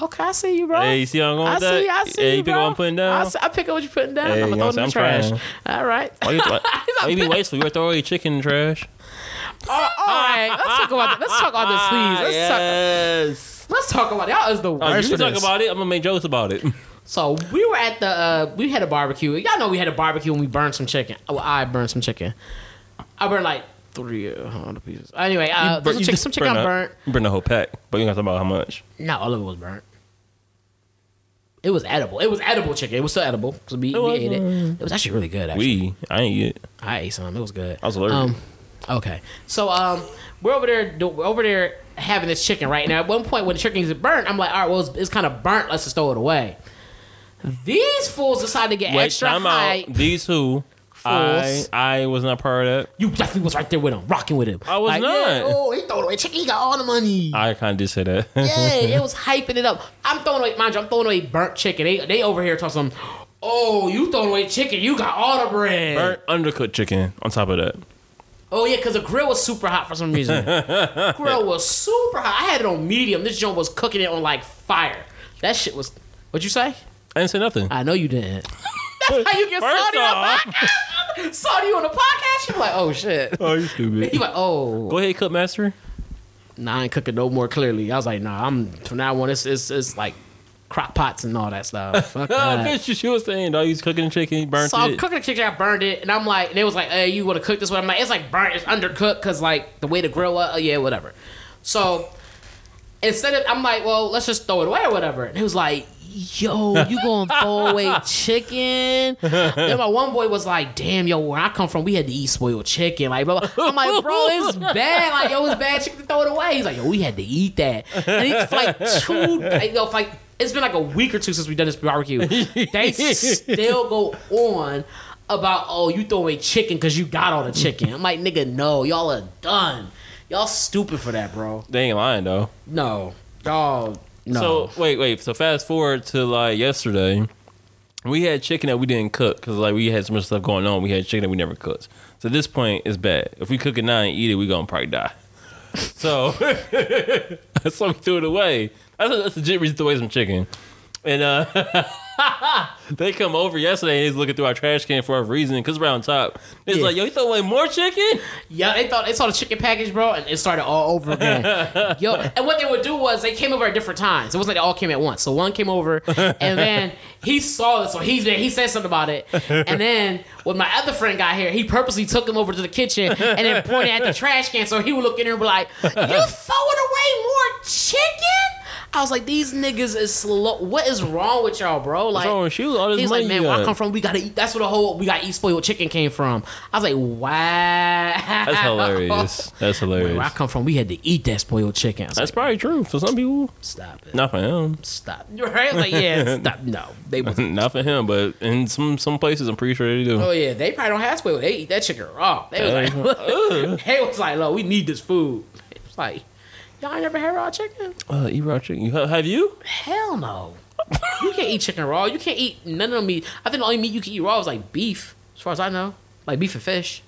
Speaker 2: okay, I see you, bro.
Speaker 1: Hey, you see how I'm going
Speaker 2: I
Speaker 1: with that?
Speaker 2: see, I see.
Speaker 1: Hey, you
Speaker 2: you,
Speaker 1: pick
Speaker 2: bro.
Speaker 1: what I'm putting down?
Speaker 2: I, see- I pick up what you're putting down.
Speaker 1: Hey,
Speaker 2: I'm
Speaker 1: you know
Speaker 2: gonna
Speaker 1: what
Speaker 2: throw it in
Speaker 1: I'm
Speaker 2: the
Speaker 1: saying?
Speaker 2: trash.
Speaker 1: I'm <laughs>
Speaker 2: All right.
Speaker 1: Why
Speaker 2: <laughs>
Speaker 1: you, why, why you be wasteful? You were throwing your chicken in the trash.
Speaker 2: Oh, all, all right. Let's talk about this. Let's talk about this, please. Let's talk.
Speaker 1: yes.
Speaker 2: Let's talk about it. y'all. Is the
Speaker 1: Oh,
Speaker 2: worst
Speaker 1: you
Speaker 2: for
Speaker 1: can talk
Speaker 2: this.
Speaker 1: about it. I'm gonna make jokes about
Speaker 2: <laughs>
Speaker 1: it.
Speaker 2: So we were at the uh, we had a barbecue. Y'all know we had a barbecue and we burned some chicken. Oh, Well, I burned some chicken. I burned like three uh, hundred pieces. Anyway, uh, there's
Speaker 1: But
Speaker 2: some
Speaker 1: you
Speaker 2: chicken,
Speaker 1: just
Speaker 2: some chicken
Speaker 1: burn
Speaker 2: I
Speaker 1: a-
Speaker 2: burnt.
Speaker 1: You burn the whole pack, but you gotta talk about how much.
Speaker 2: Not all of it was burnt. It was edible. It was edible chicken. It was still edible because we, we
Speaker 1: was,
Speaker 2: ate it. It was actually really good. Actually,
Speaker 1: We, I ain't get.
Speaker 2: I ate some. It was good.
Speaker 1: I was allergic.
Speaker 2: Um, okay, so um, we're over there. do- We're over there having this chicken right now. At one point, when the chicken is burnt, I'm like, all right, well, it's, it's kind of burnt. Let's just throw it away. These fools decide to get
Speaker 1: Wait,
Speaker 2: extra
Speaker 1: time
Speaker 2: high.
Speaker 1: out. These who. I,
Speaker 2: Fools.
Speaker 1: I was not part of that.
Speaker 2: You definitely was right there with him, rocking with him.
Speaker 1: I was
Speaker 2: Like,
Speaker 1: not.
Speaker 2: yeah, oh, he throwing away chicken. He got all the money.
Speaker 1: I kind of did say that.
Speaker 2: yeah, it was hyping it up. I'm throwing away, mind you, I'm throwing away burnt chicken. They they over here talking some. Oh, you throwing away chicken? You got all the bread.
Speaker 1: Burnt undercooked chicken on top of that.
Speaker 2: Oh yeah, because the grill was super hot for
Speaker 1: <laughs>
Speaker 2: some reason. grill was super hot. I had it on medium. This joint was cooking it on like fire. That shit was. What'd you say?
Speaker 1: I didn't say nothing.
Speaker 2: I know you didn't. <laughs> That's how you get
Speaker 1: First
Speaker 2: salty on
Speaker 1: off-
Speaker 2: the <laughs> podcast. Salty on the podcast. You're like, oh shit.
Speaker 1: <laughs> oh, you stupid.
Speaker 2: He like, oh,
Speaker 1: Go ahead, <laughs> Cookmaster.
Speaker 2: nah, I ain't cooking no more. Clearly, I was like, nah, I'm from now on. It's it's, it's like crock pots and all that stuff.
Speaker 1: <laughs>
Speaker 2: Fuck
Speaker 1: Oh,
Speaker 2: that.
Speaker 1: bitch, she was saying, dog, you was cooking chicken, you burnt
Speaker 2: So I'm
Speaker 1: it.
Speaker 2: cooking the chicken, I burned it, and I'm like, and they was like, "Hey, you want to cook this one?" I'm like, "It's like burnt, it's undercooked, cause like the way the grill was, oh yeah, whatever." So instead of, I'm like, "Well, let's just throw it away or whatever," and he was like,
Speaker 3: Yo,
Speaker 1: <laughs>
Speaker 3: you gonna throw away chicken?
Speaker 2: then my one boy was like, "Damn, yo, where I come from, we had to eat spoiled chicken." Like, blah, blah. I'm like, "Bro,
Speaker 1: <laughs>
Speaker 2: it's bad. Like, yo, it's bad chicken to throw it away." He's like, "Yo, we had to eat that." And it's like two, like, yo, like it's been like a week or two since we've done this barbecue. They still go on about, "Oh, you throw away chicken because you got all the chicken." I'm like, "Nigga, no, y'all are done. Y'all stupid for that, bro.
Speaker 1: They ain't lying, though.
Speaker 2: No, y'all." No.
Speaker 1: So, wait, wait. So, fast forward to like yesterday. We had chicken that we didn't cook because like we had so much stuff going on. We had chicken that we never cooked. So at this point, it's bad. If we cook it now and eat it, we gonna probably die. <laughs> So, <laughs> so we threw it away. That's a, that's a legit reason to throw away some chicken. And uh, <laughs> they come over yesterday and he's looking through our trash can for a reason because we're on top. It's
Speaker 2: Yeah.
Speaker 1: like, yo, you throw away more chicken?
Speaker 2: Yeah, they thought they saw the chicken package, bro, and it started all
Speaker 1: <laughs>
Speaker 2: over again. Yo, and what they would do was they came over at different times. It wasn't like they all came at once. So one came over, and then he saw it, so he he said something about it. And then when my other friend got here, he purposely took him over to the kitchen and then pointed at the trash can, so he would look in there and be like, "You throwing away more chicken?" I was like, "These niggas is slow. What is wrong with y'all, bro? Like,
Speaker 1: What's wrong with you? All this
Speaker 2: He's
Speaker 1: money
Speaker 2: like, man,
Speaker 1: you
Speaker 2: where I
Speaker 1: got."
Speaker 2: come from, we gotta eat. That's where the whole we gotta eat spoiled chicken came from. I was like, wow. That's
Speaker 1: That's hilarious. That's hilarious.
Speaker 2: <laughs> Where I come from, we had to eat that spoiled chicken. I was
Speaker 1: That's
Speaker 2: like,
Speaker 1: probably true for some people.
Speaker 2: stop it.
Speaker 1: Not for him.
Speaker 2: Stop. <laughs> Right? I was like, yeah, stop. No, they was.
Speaker 1: <laughs> Not for him, but in some some places, I'm pretty sure they do.
Speaker 2: Oh yeah, they probably don't have spoiled. They eat that chicken raw. They was
Speaker 1: <laughs> Yeah.
Speaker 2: like, <laughs> they was like, look, we need this food. It was like, y'all ain't never had raw chicken?
Speaker 1: Uh, eat raw chicken. You ha- Have you?
Speaker 2: Hell no. you can't eat chicken raw. You can't eat none of the meat. I think the only meat you can eat raw is like beef, as far as I know, like beef and fish.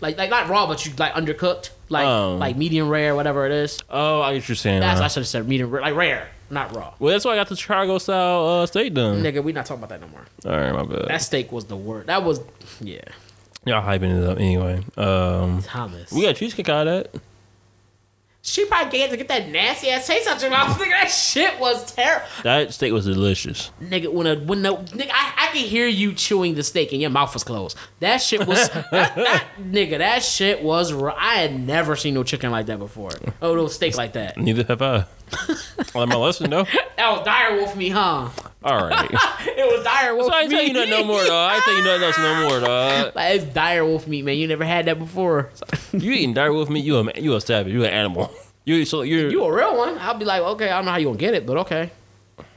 Speaker 2: Like, like not raw, but you like undercooked, like
Speaker 1: Oh.
Speaker 2: like medium rare, whatever it is.
Speaker 1: Oh, I get you saying.
Speaker 2: That's
Speaker 1: that.
Speaker 2: I should have said medium rare, like rare, not raw.
Speaker 1: well, that's why I got the Chicago style uh, steak done.
Speaker 2: Nigga, we not talking about that no more.
Speaker 1: All right, my bad.
Speaker 2: That steak was the word. That was yeah.
Speaker 1: Y'all hyping it up anyway. Um,
Speaker 2: Thomas.
Speaker 1: we got cheesecake out of that.
Speaker 2: she probably gave to get that nasty ass taste out your mouth. Nigga, that shit was terrible.
Speaker 1: That steak was delicious.
Speaker 2: Nigga, when a when no nigga, I, I could hear you chewing the steak and your mouth was closed. That shit
Speaker 1: <laughs>
Speaker 2: was that, that- nigga. That shit was. ri- I had never seen no chicken like that before. Oh, no steak like that.
Speaker 1: Neither have
Speaker 2: <laughs>
Speaker 1: I. I learned my lesson though.
Speaker 2: That was dire wolf me, huh?
Speaker 1: All right.
Speaker 2: It was dire wolf.
Speaker 1: <laughs> So I ain't
Speaker 2: me.
Speaker 1: tell you nothing no more, dog. I ain't tell you nothing else no more, dog.
Speaker 2: <laughs> Like, it's dire wolf meat, man. You never had that before.
Speaker 1: You eating dire wolf meat? You a you a savage? You an animal? <laughs> You so you're
Speaker 2: You a real one? I'll be like, okay, I don't know how you gonna get it, but okay.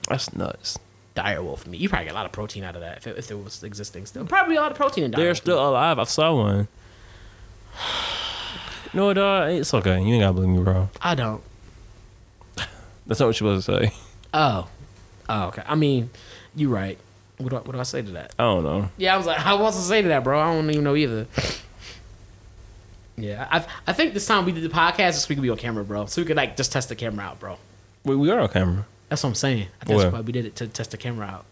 Speaker 1: that's nuts.
Speaker 2: dire wolf meat. You probably get a lot of protein out of that if it, if it was existing still. Probably a lot of protein in dire.
Speaker 1: They're
Speaker 2: wolf
Speaker 1: still
Speaker 2: meat.
Speaker 1: alive. I saw one. <sighs> No, dog. It's okay. You ain't gotta believe me, bro.
Speaker 2: I don't.
Speaker 1: That's not what you're supposed to say.
Speaker 2: Oh. Oh, okay. I mean, you right. What do I, what do I say to that?
Speaker 1: I don't know.
Speaker 2: Yeah, I was like, <laughs> I wasn't saying that, bro. I don't even know either. Yeah, I I think this time we did the podcast this week we on camera, bro, so we could like just test the camera out, bro.
Speaker 1: We, we are on camera.
Speaker 2: That's what I'm saying. I think
Speaker 1: What?
Speaker 2: that's why we did it to test the camera out.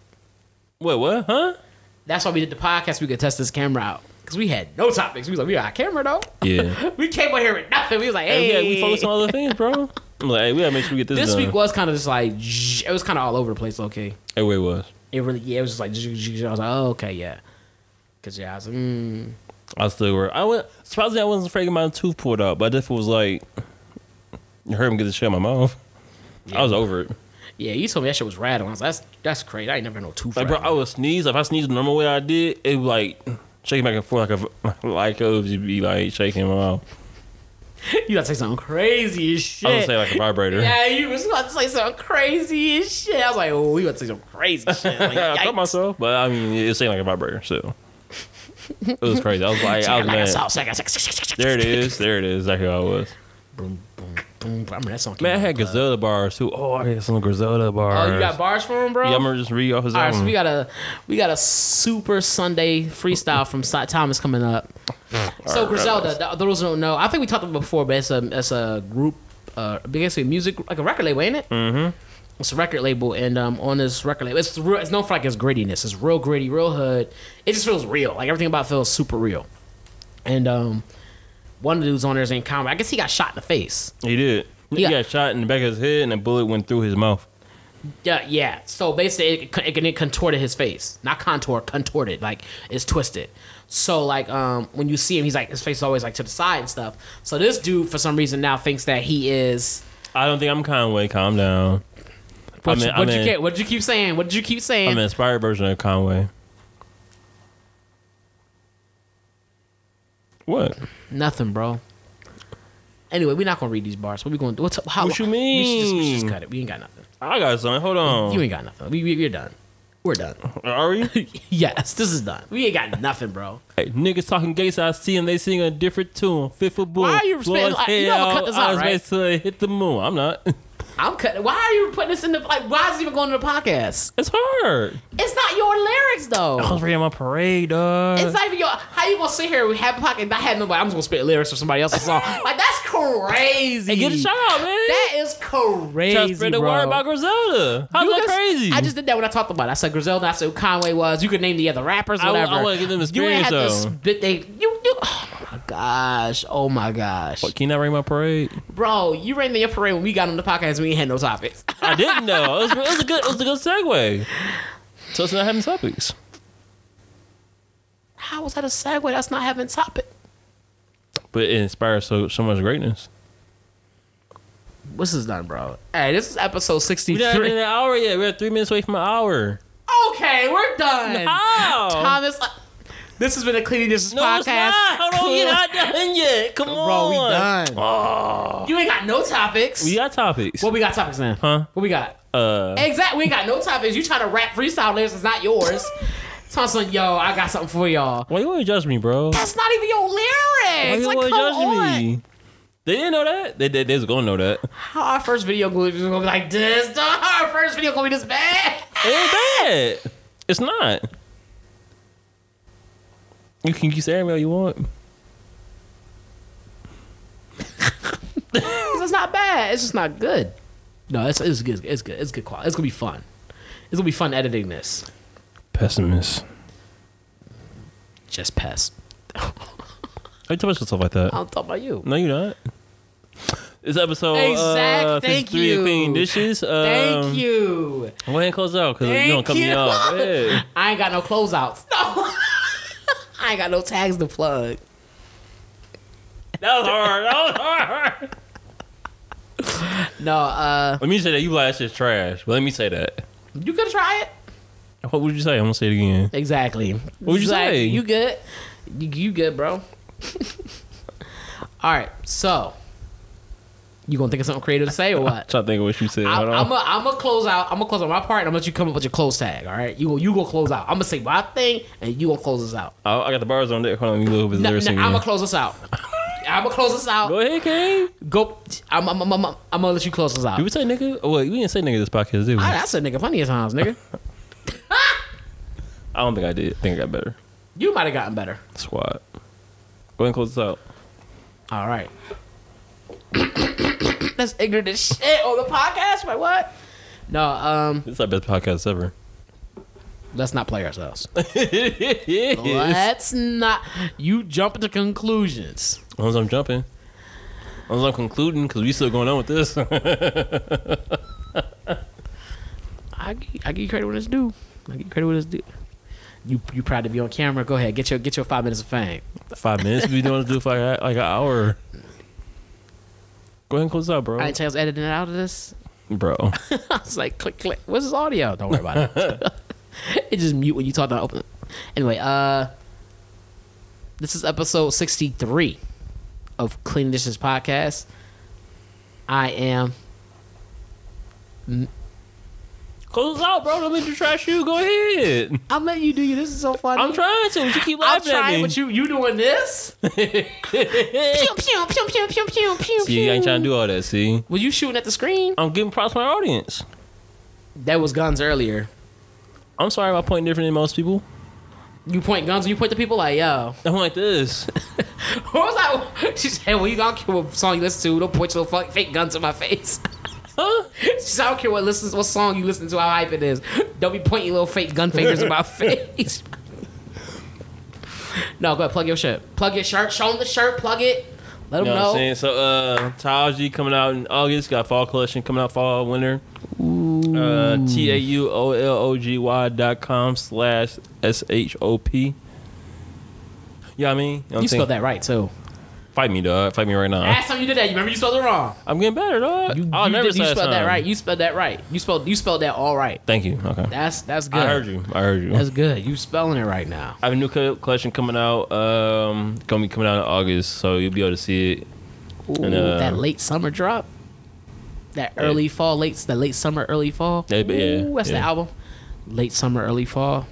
Speaker 1: Wait, what? Huh?
Speaker 2: That's why we did the podcast. We could test this camera out because we had no topics. We was like, we got a camera though. <laughs>
Speaker 1: Yeah.
Speaker 2: we came up here with nothing. We was like,
Speaker 1: Hey,
Speaker 2: hey,
Speaker 1: we, we focus on other things, bro. I'm like, hey, we gotta make sure we get this,
Speaker 2: This
Speaker 1: done.
Speaker 2: week was kind of just like zzz, it was kind of all over the place. Okay,
Speaker 1: Hey, wait, was.
Speaker 2: it really yeah, it was just like zzz, zzz, zzz. I was like, oh, okay, yeah, because yeah, I was like, mm.
Speaker 1: I still were. I went. Surprisingly, I wasn't afraid to get my tooth pulled out, but I definitely was like, you heard him get the shit out of my mouth. I was over it.
Speaker 2: yeah, you told me that shit was rattling. I was like, that's that's crazy. I ain't never had no tooth.
Speaker 1: Like, bro,
Speaker 2: rattling.
Speaker 1: I would sneeze. If I sneezed the normal way I did, it would like shaking back and forth like a <laughs> like it would just be like shaking my mouth.
Speaker 2: <laughs> You gotta say something crazy as shit.
Speaker 1: I would say like a vibrator.
Speaker 2: yeah, you was about to say something crazy as shit. I was like, oh, you about to say some crazy
Speaker 1: <laughs>
Speaker 2: shit. Like,
Speaker 1: I
Speaker 2: yikes.
Speaker 1: thought myself, but I mean, it seemed like a vibrator, so it was crazy. I was like, I
Speaker 2: <laughs> Like
Speaker 1: was
Speaker 2: a
Speaker 1: mad.
Speaker 2: sauce, like a-
Speaker 1: There it is. There it is. Exactly how I was.
Speaker 2: Boom, boom, boom. I remember that song.
Speaker 1: Man, I
Speaker 2: came
Speaker 1: had
Speaker 2: out.
Speaker 1: Griselda bars too. Oh, I had some Griselda bars.
Speaker 2: Oh, you got bars for him, bro.
Speaker 1: Yeah, I'm gonna just read off his
Speaker 2: All right,
Speaker 1: album.
Speaker 2: so we got a we got a super Sunday freestyle from si- Thomas coming up. so Griselda, th- those who don't know, I think we talked about it before, but it's a it's a group, uh, basically music like a record label, ain't it? Mm-hmm. It's a record label, and um, on this record label, it's real, it's known for like its grittiness. It's real gritty, real hood. It just feels real. Like everything about it feels super real. And um, one of the dudes on there is in combat. I guess he got shot in the face.
Speaker 1: he did.
Speaker 2: Yeah.
Speaker 1: He got shot in the back of his head, and a bullet went through his mouth.
Speaker 2: Yeah, yeah. So basically, it, it, it contorted his face. Not contour, contorted. Like it's twisted. So like, um, when you see him, he's like his face is always like to the side and stuff. So this dude, for some reason, now thinks that he is.
Speaker 1: I don't think I'm Conway. Calm down.
Speaker 2: What,
Speaker 1: I'm
Speaker 2: you,
Speaker 1: in-
Speaker 2: what
Speaker 1: I'm
Speaker 2: you
Speaker 1: in-
Speaker 2: ca- what you keep saying? What did you keep saying?
Speaker 1: I'm an inspired version of Conway. What?
Speaker 2: Nothing, bro. Anyway, we're not gonna read these bars. What we gonna do? What's how,
Speaker 1: What you
Speaker 2: We should, just, we should just
Speaker 1: mean?
Speaker 2: cut it. We ain't got nothing.
Speaker 1: I got something. Hold
Speaker 2: You
Speaker 1: on.
Speaker 2: ain't got nothing. We, we we're done. We're done. <laughs>
Speaker 1: Are we? hey,
Speaker 2: yes, this is done. We ain't got nothing, bro.
Speaker 1: niggas talking gay, so I see them. They sing a different tune. Fit for bull.
Speaker 2: Why are you respecting-
Speaker 1: Floyd's
Speaker 2: like, you know I'ma
Speaker 1: hell,
Speaker 2: cut this out,
Speaker 1: eyes
Speaker 2: right?
Speaker 1: raised till they hit the moon. I'm not. <laughs>
Speaker 2: I'm cutting. Why are you putting this in the like? Why is it even going to the podcast?
Speaker 1: It's hard.
Speaker 2: It's not your lyrics though.
Speaker 1: I was reading my parade, dog.
Speaker 2: It's not even your. How you gonna sit here with Happy Pocket? and I had nobody. I'm just gonna spit lyrics from somebody else's
Speaker 1: <laughs>
Speaker 2: song. Like that's crazy.
Speaker 1: Hey, get a shout out, man.
Speaker 2: That is crazy,
Speaker 1: Try to spread the
Speaker 2: bro.
Speaker 1: word about Griselda. How's
Speaker 2: You
Speaker 1: that
Speaker 2: just-
Speaker 1: crazy?
Speaker 2: I just did that when I talked about it. I said Griselda. I said who Conway was. You could name the other rappers,
Speaker 1: I- I
Speaker 2: whatever.
Speaker 1: wanna give them the
Speaker 2: You ain't had to
Speaker 1: experience, though.
Speaker 2: spit. They you you. Oh my gosh. Oh my gosh.
Speaker 1: What, can I ring my parade?
Speaker 2: Bro, you ran the parade when we got on the podcast. We ain't had no topics. <laughs>
Speaker 1: I didn't know. It was, it was a good. It was a good segue. So it's not having topics.
Speaker 2: How was that a segue? That's not having topic.
Speaker 1: but it inspires so so much greatness.
Speaker 2: This is done, bro. Hey, this is episode
Speaker 1: We're not in an
Speaker 2: sixty-three.
Speaker 1: hour yet. We're three minutes away from an hour.
Speaker 2: Okay, we're done.
Speaker 1: How?
Speaker 2: Thomas, uh, this has been a Cleaning Dishes
Speaker 1: no,
Speaker 2: podcast.
Speaker 1: it's not. Hold on, we're not done yet. Come
Speaker 3: Bro,
Speaker 1: on, Oh.
Speaker 3: we done.
Speaker 2: You ain't got no topics.
Speaker 1: We got topics.
Speaker 2: what we got topics then?
Speaker 1: Huh?
Speaker 2: What we got?
Speaker 1: uh,
Speaker 2: Exactly. We ain't got no topics. You trying to rap freestyle lyrics? It's not <laughs> yours. Thompson, yo, I got something for y'all.
Speaker 1: why you want to judge me, bro? Why
Speaker 2: That's not even your lyrics.
Speaker 1: you
Speaker 2: Like, come
Speaker 1: wanna
Speaker 2: on.
Speaker 1: They didn't know that. They they, they was gonna know that.
Speaker 2: How our first video gonna be gonna be like this? <laughs> dog? How our first video gonna be this bad?
Speaker 1: It ain't bad. It's not. You can keep saying what you want.
Speaker 2: It's not bad. It's just not good. No, it's it's good. It's good. It's good quality. It's gonna be fun. It's gonna be fun editing this.
Speaker 1: Pessimist.
Speaker 2: Just pass.
Speaker 1: Why you talk about yourself like that?
Speaker 2: I'll talk about you.
Speaker 1: No, you're not. This episode,
Speaker 2: Exact-
Speaker 1: uh,
Speaker 2: thank
Speaker 1: 53 of
Speaker 2: you.
Speaker 1: Clean Dishes. Um,
Speaker 2: Thank you.
Speaker 1: Go ahead and close out because you don't
Speaker 2: Thank
Speaker 1: cut me
Speaker 2: you.
Speaker 1: off.
Speaker 2: <laughs>
Speaker 1: Yeah.
Speaker 2: I ain't got no closeouts. No. <laughs> I ain't got no tags to plug.
Speaker 1: That was hard. That was hard.
Speaker 2: No, uh,
Speaker 1: <laughs> let me say that you last is trash. But let me say that.
Speaker 2: you could try it.
Speaker 1: What would you say? I'm gonna say it again.
Speaker 2: Exactly.
Speaker 1: What'd you
Speaker 2: Exactly.
Speaker 1: say?
Speaker 2: You good? You, you good, <laughs> bro? All right. So, you gonna think of something creative to say or
Speaker 1: <laughs> I'm
Speaker 2: what?
Speaker 1: trying to think of what you said.
Speaker 2: I'm
Speaker 1: Hold on.
Speaker 2: gonna I'm gonna close out. I'm gonna close out my part, and I'm gonna let you come up with your close tag. All right, you go. You gonna close out. I'm gonna say my thing, and you gonna close us out.
Speaker 1: I, I got the bars on there. Hold on, let me look over the
Speaker 2: No,
Speaker 1: lyrics
Speaker 2: no, I'm
Speaker 1: again.
Speaker 2: gonna close
Speaker 1: <laughs>
Speaker 2: us out. I'm gonna close us
Speaker 1: Go
Speaker 2: out.
Speaker 1: ahead, Kane.
Speaker 2: Go. I'm, I'm, I'm, I'm, I'm gonna let you close us out.
Speaker 1: Did we say nigga? Oh, wait, we didn't say nigga this podcast, did we?
Speaker 2: I, I said nigga plenty of times, nigga.
Speaker 1: I don't think I did. I think I got better.
Speaker 2: You might have gotten better.
Speaker 1: Squad. Go ahead and close this out.
Speaker 2: All right. <coughs>
Speaker 3: That's ignorant as shit.
Speaker 2: Hey, on the podcast? Wait, what? No, um,
Speaker 1: This is our best podcast ever.
Speaker 2: let's not play ourselves.
Speaker 1: it is.
Speaker 2: Let's not. You jump to conclusions.
Speaker 1: As long as I'm jumping. As long as I'm concluding, because we still going on with this. <laughs>
Speaker 2: I, gi- I give you credit when it's due. I give you credit when it's due. You you proud to be on camera? Go ahead, get your get your five minutes of fame.
Speaker 1: Five minutes. We don't do like a- like an hour. Go ahead and close this out, bro.
Speaker 2: I didn't tell you I was editing it out of this.
Speaker 1: bro.
Speaker 2: I was like, click click. What's this audio? Don't worry about it. <laughs> it just mute when you talk. Don't open. It. Anyway, uh, this is episode sixty three of Clean Dishes podcast. I am
Speaker 1: Close this out, bro. Don't make the trash you. Go ahead.
Speaker 2: I'm letting you do you. This is so funny.
Speaker 1: I'm trying to, but you keep
Speaker 2: I'm
Speaker 1: laughing
Speaker 2: trying,
Speaker 1: at me.
Speaker 2: but you you doing <laughs> this? pew, pew, pew, pew, pew, pew, pew,
Speaker 1: See, I ain't
Speaker 2: pew.
Speaker 1: trying to do all that. See,
Speaker 2: Were you shooting at the screen?
Speaker 1: I'm giving props to my audience.
Speaker 2: That was guns earlier.
Speaker 1: I'm sorry if I point different than most people.
Speaker 2: You point guns and you point to people like, yo.
Speaker 1: I'm like this. <laughs>
Speaker 2: What was that? <laughs> She said, well, you don't care what song you listen to. Don't point your fuck, fake guns in my face. <laughs>
Speaker 1: Huh?
Speaker 2: She said, I don't care what, listens, what song you listen to, how hype it is. Don't be pointing your little fake gun fingers in my face. <laughs> no, go ahead. Plug your shirt. Plug your shirt. Show them the shirt. Plug it. Let them
Speaker 1: You know what I'm
Speaker 2: know.
Speaker 1: saying? So, uh, Taji coming out in August. Got fall collection coming out fall winter. Uh, T A U O L O G Y dot com slash S H O P. Yeah, I mean, you, know what I'm
Speaker 2: you
Speaker 1: saying?
Speaker 2: spelled that right, too.
Speaker 1: Fight me, dog. Fight me right now.
Speaker 2: Last time you did that, you remember you spelled it wrong.
Speaker 1: I'm getting better, dog.
Speaker 2: You,
Speaker 1: Uh. I'll
Speaker 2: you,
Speaker 1: never
Speaker 2: did, you
Speaker 1: say
Speaker 2: spelled that
Speaker 1: time.
Speaker 2: right. You spelled that right. You spelled you spelled that all right.
Speaker 1: Thank you. Okay.
Speaker 2: That's that's good.
Speaker 1: I heard you. I heard you.
Speaker 2: That's good. You spelling it right now.
Speaker 1: I have a new co- collection coming out. Um, gonna be coming out in August, so you'll be able to see it.
Speaker 2: Ooh,
Speaker 1: And, uh,
Speaker 2: that late summer drop. That early fall, late that late summer, early fall.
Speaker 1: Yeah, but yeah,
Speaker 2: Ooh, that's the
Speaker 1: yeah.
Speaker 2: album. Late summer, early fall.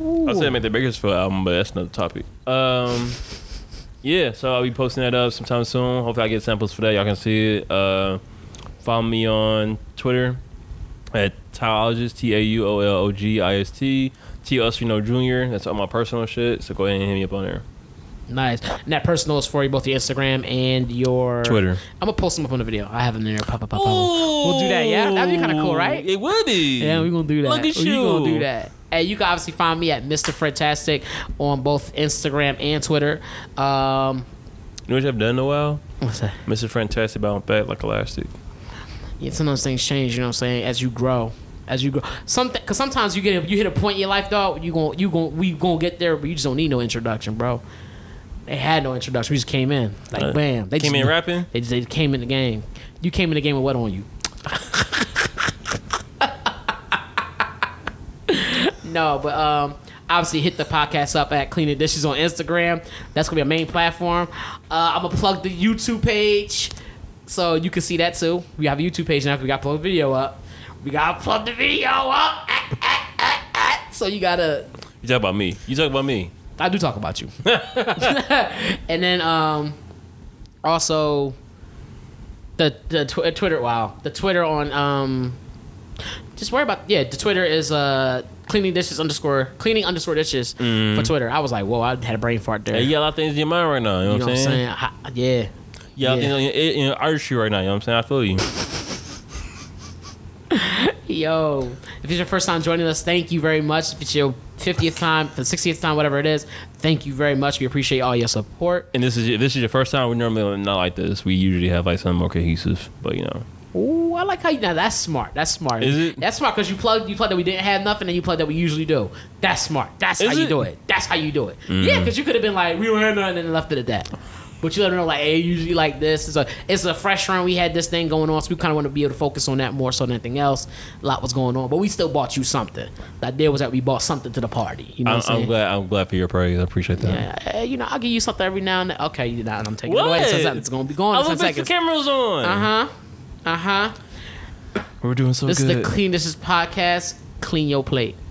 Speaker 1: I said I make the Bakersfield album, but that's another topic. Um, yeah, so I'll be posting that up sometime soon. Hopefully, I get samples for that. Y'all can see it. Uh, follow me on Twitter at Tyologist, T A U O L O G I S T, T Ostrino Jr. That's all my personal shit, so go ahead and hit me up on there.
Speaker 2: Nice. And that personal is for you both your Instagram and your I'm gonna post them up on the video. I have them there. Pop, pop, pop, pop. We'll do that. Yeah, that'd be kind of cool, right?
Speaker 1: It would be.
Speaker 2: Yeah, we're gonna do that.
Speaker 1: Look at
Speaker 2: We
Speaker 1: you.
Speaker 2: gonna do that. And you can obviously find me at Mr. Fantastic on both Instagram and Twitter. Um,
Speaker 1: You know what I've done in a while?
Speaker 2: what's that?
Speaker 1: Mr. Fantastic bound back like elastic.
Speaker 2: Yeah, sometimes things change. You know what I'm saying? As you grow, as you grow, some because sometimes you get a, you hit a point in your life, dog. You gon' you gon' we gonna get there, but you just don't need no introduction, bro. They had no introduction. We just came in like
Speaker 1: Uh,
Speaker 2: bam. They
Speaker 1: came
Speaker 2: just-
Speaker 1: in rapping?
Speaker 2: They, just- they came in the game. You came in the game with what on you? <laughs> no, but um. Obviously, hit the podcast up at Cleaning Dishes on Instagram. That's gonna be our main platform. Uh, I'm gonna plug the YouTube page. So you can see that too. We have a YouTube page now. 'cause We got to plug the video up. We got to plug the video up. <laughs> Ah, ah, ah, ah. So you gotta.
Speaker 1: You talk about me. You talk about me.
Speaker 2: I do talk about you. <laughs> and then um, also the the tw- uh, Twitter. Wow, the Twitter on um, just worry about yeah. The Twitter is uh cleaning dishes underscore cleaning underscore dishes for Twitter. I was like, whoa, I had a brain fart there.
Speaker 1: Hey, you got a lot of things in your mind right now. You know,
Speaker 2: You know what I'm saying? Ha- yeah.
Speaker 1: You got
Speaker 2: Yeah.
Speaker 1: things on your, in your artistry right now. You know what I'm saying? I feel you.
Speaker 2: Yo, if it's your first time joining us, thank you very much. If it's your 50th time, the 60th time, whatever it is, thank you very much. We appreciate all your support.
Speaker 1: And this is if this is your first time. We normally not like this. We usually have like something more cohesive. But you know,
Speaker 2: Ooh, I like how you now that's smart. That's smart.
Speaker 1: Is it?
Speaker 2: That's smart because you plug you plug that we didn't have nothing and you plug that we usually do. That's smart. That's
Speaker 1: Is
Speaker 2: how you
Speaker 1: it? Mm.
Speaker 2: do it. That's how you do it. Yeah, because you could have been like, we don't have nothing and left it at that. But you let them know like, hey, usually like this. It's a it's a fresh run. We had this thing going on, so we kind of want to be able to focus on that more so than anything else. A lot was going on, but we still bought you something. The idea was that we bought something to the party. You know
Speaker 1: I'm,
Speaker 2: what I'm saying?
Speaker 1: I'm glad. I'm glad for your praise. I appreciate that.
Speaker 2: Yeah, eh, you know, I'll give you something every now and then. Okay, you know, I'm taking it
Speaker 1: What?
Speaker 2: away. in 10 seconds. It's gonna be going
Speaker 1: I
Speaker 2: in
Speaker 1: love
Speaker 2: 10
Speaker 1: that the
Speaker 2: seconds.
Speaker 1: camera's on.
Speaker 2: Uh huh. Uh huh.
Speaker 1: We're doing so
Speaker 2: This is the
Speaker 1: good.
Speaker 2: Clean Dishes podcast. Clean your plate.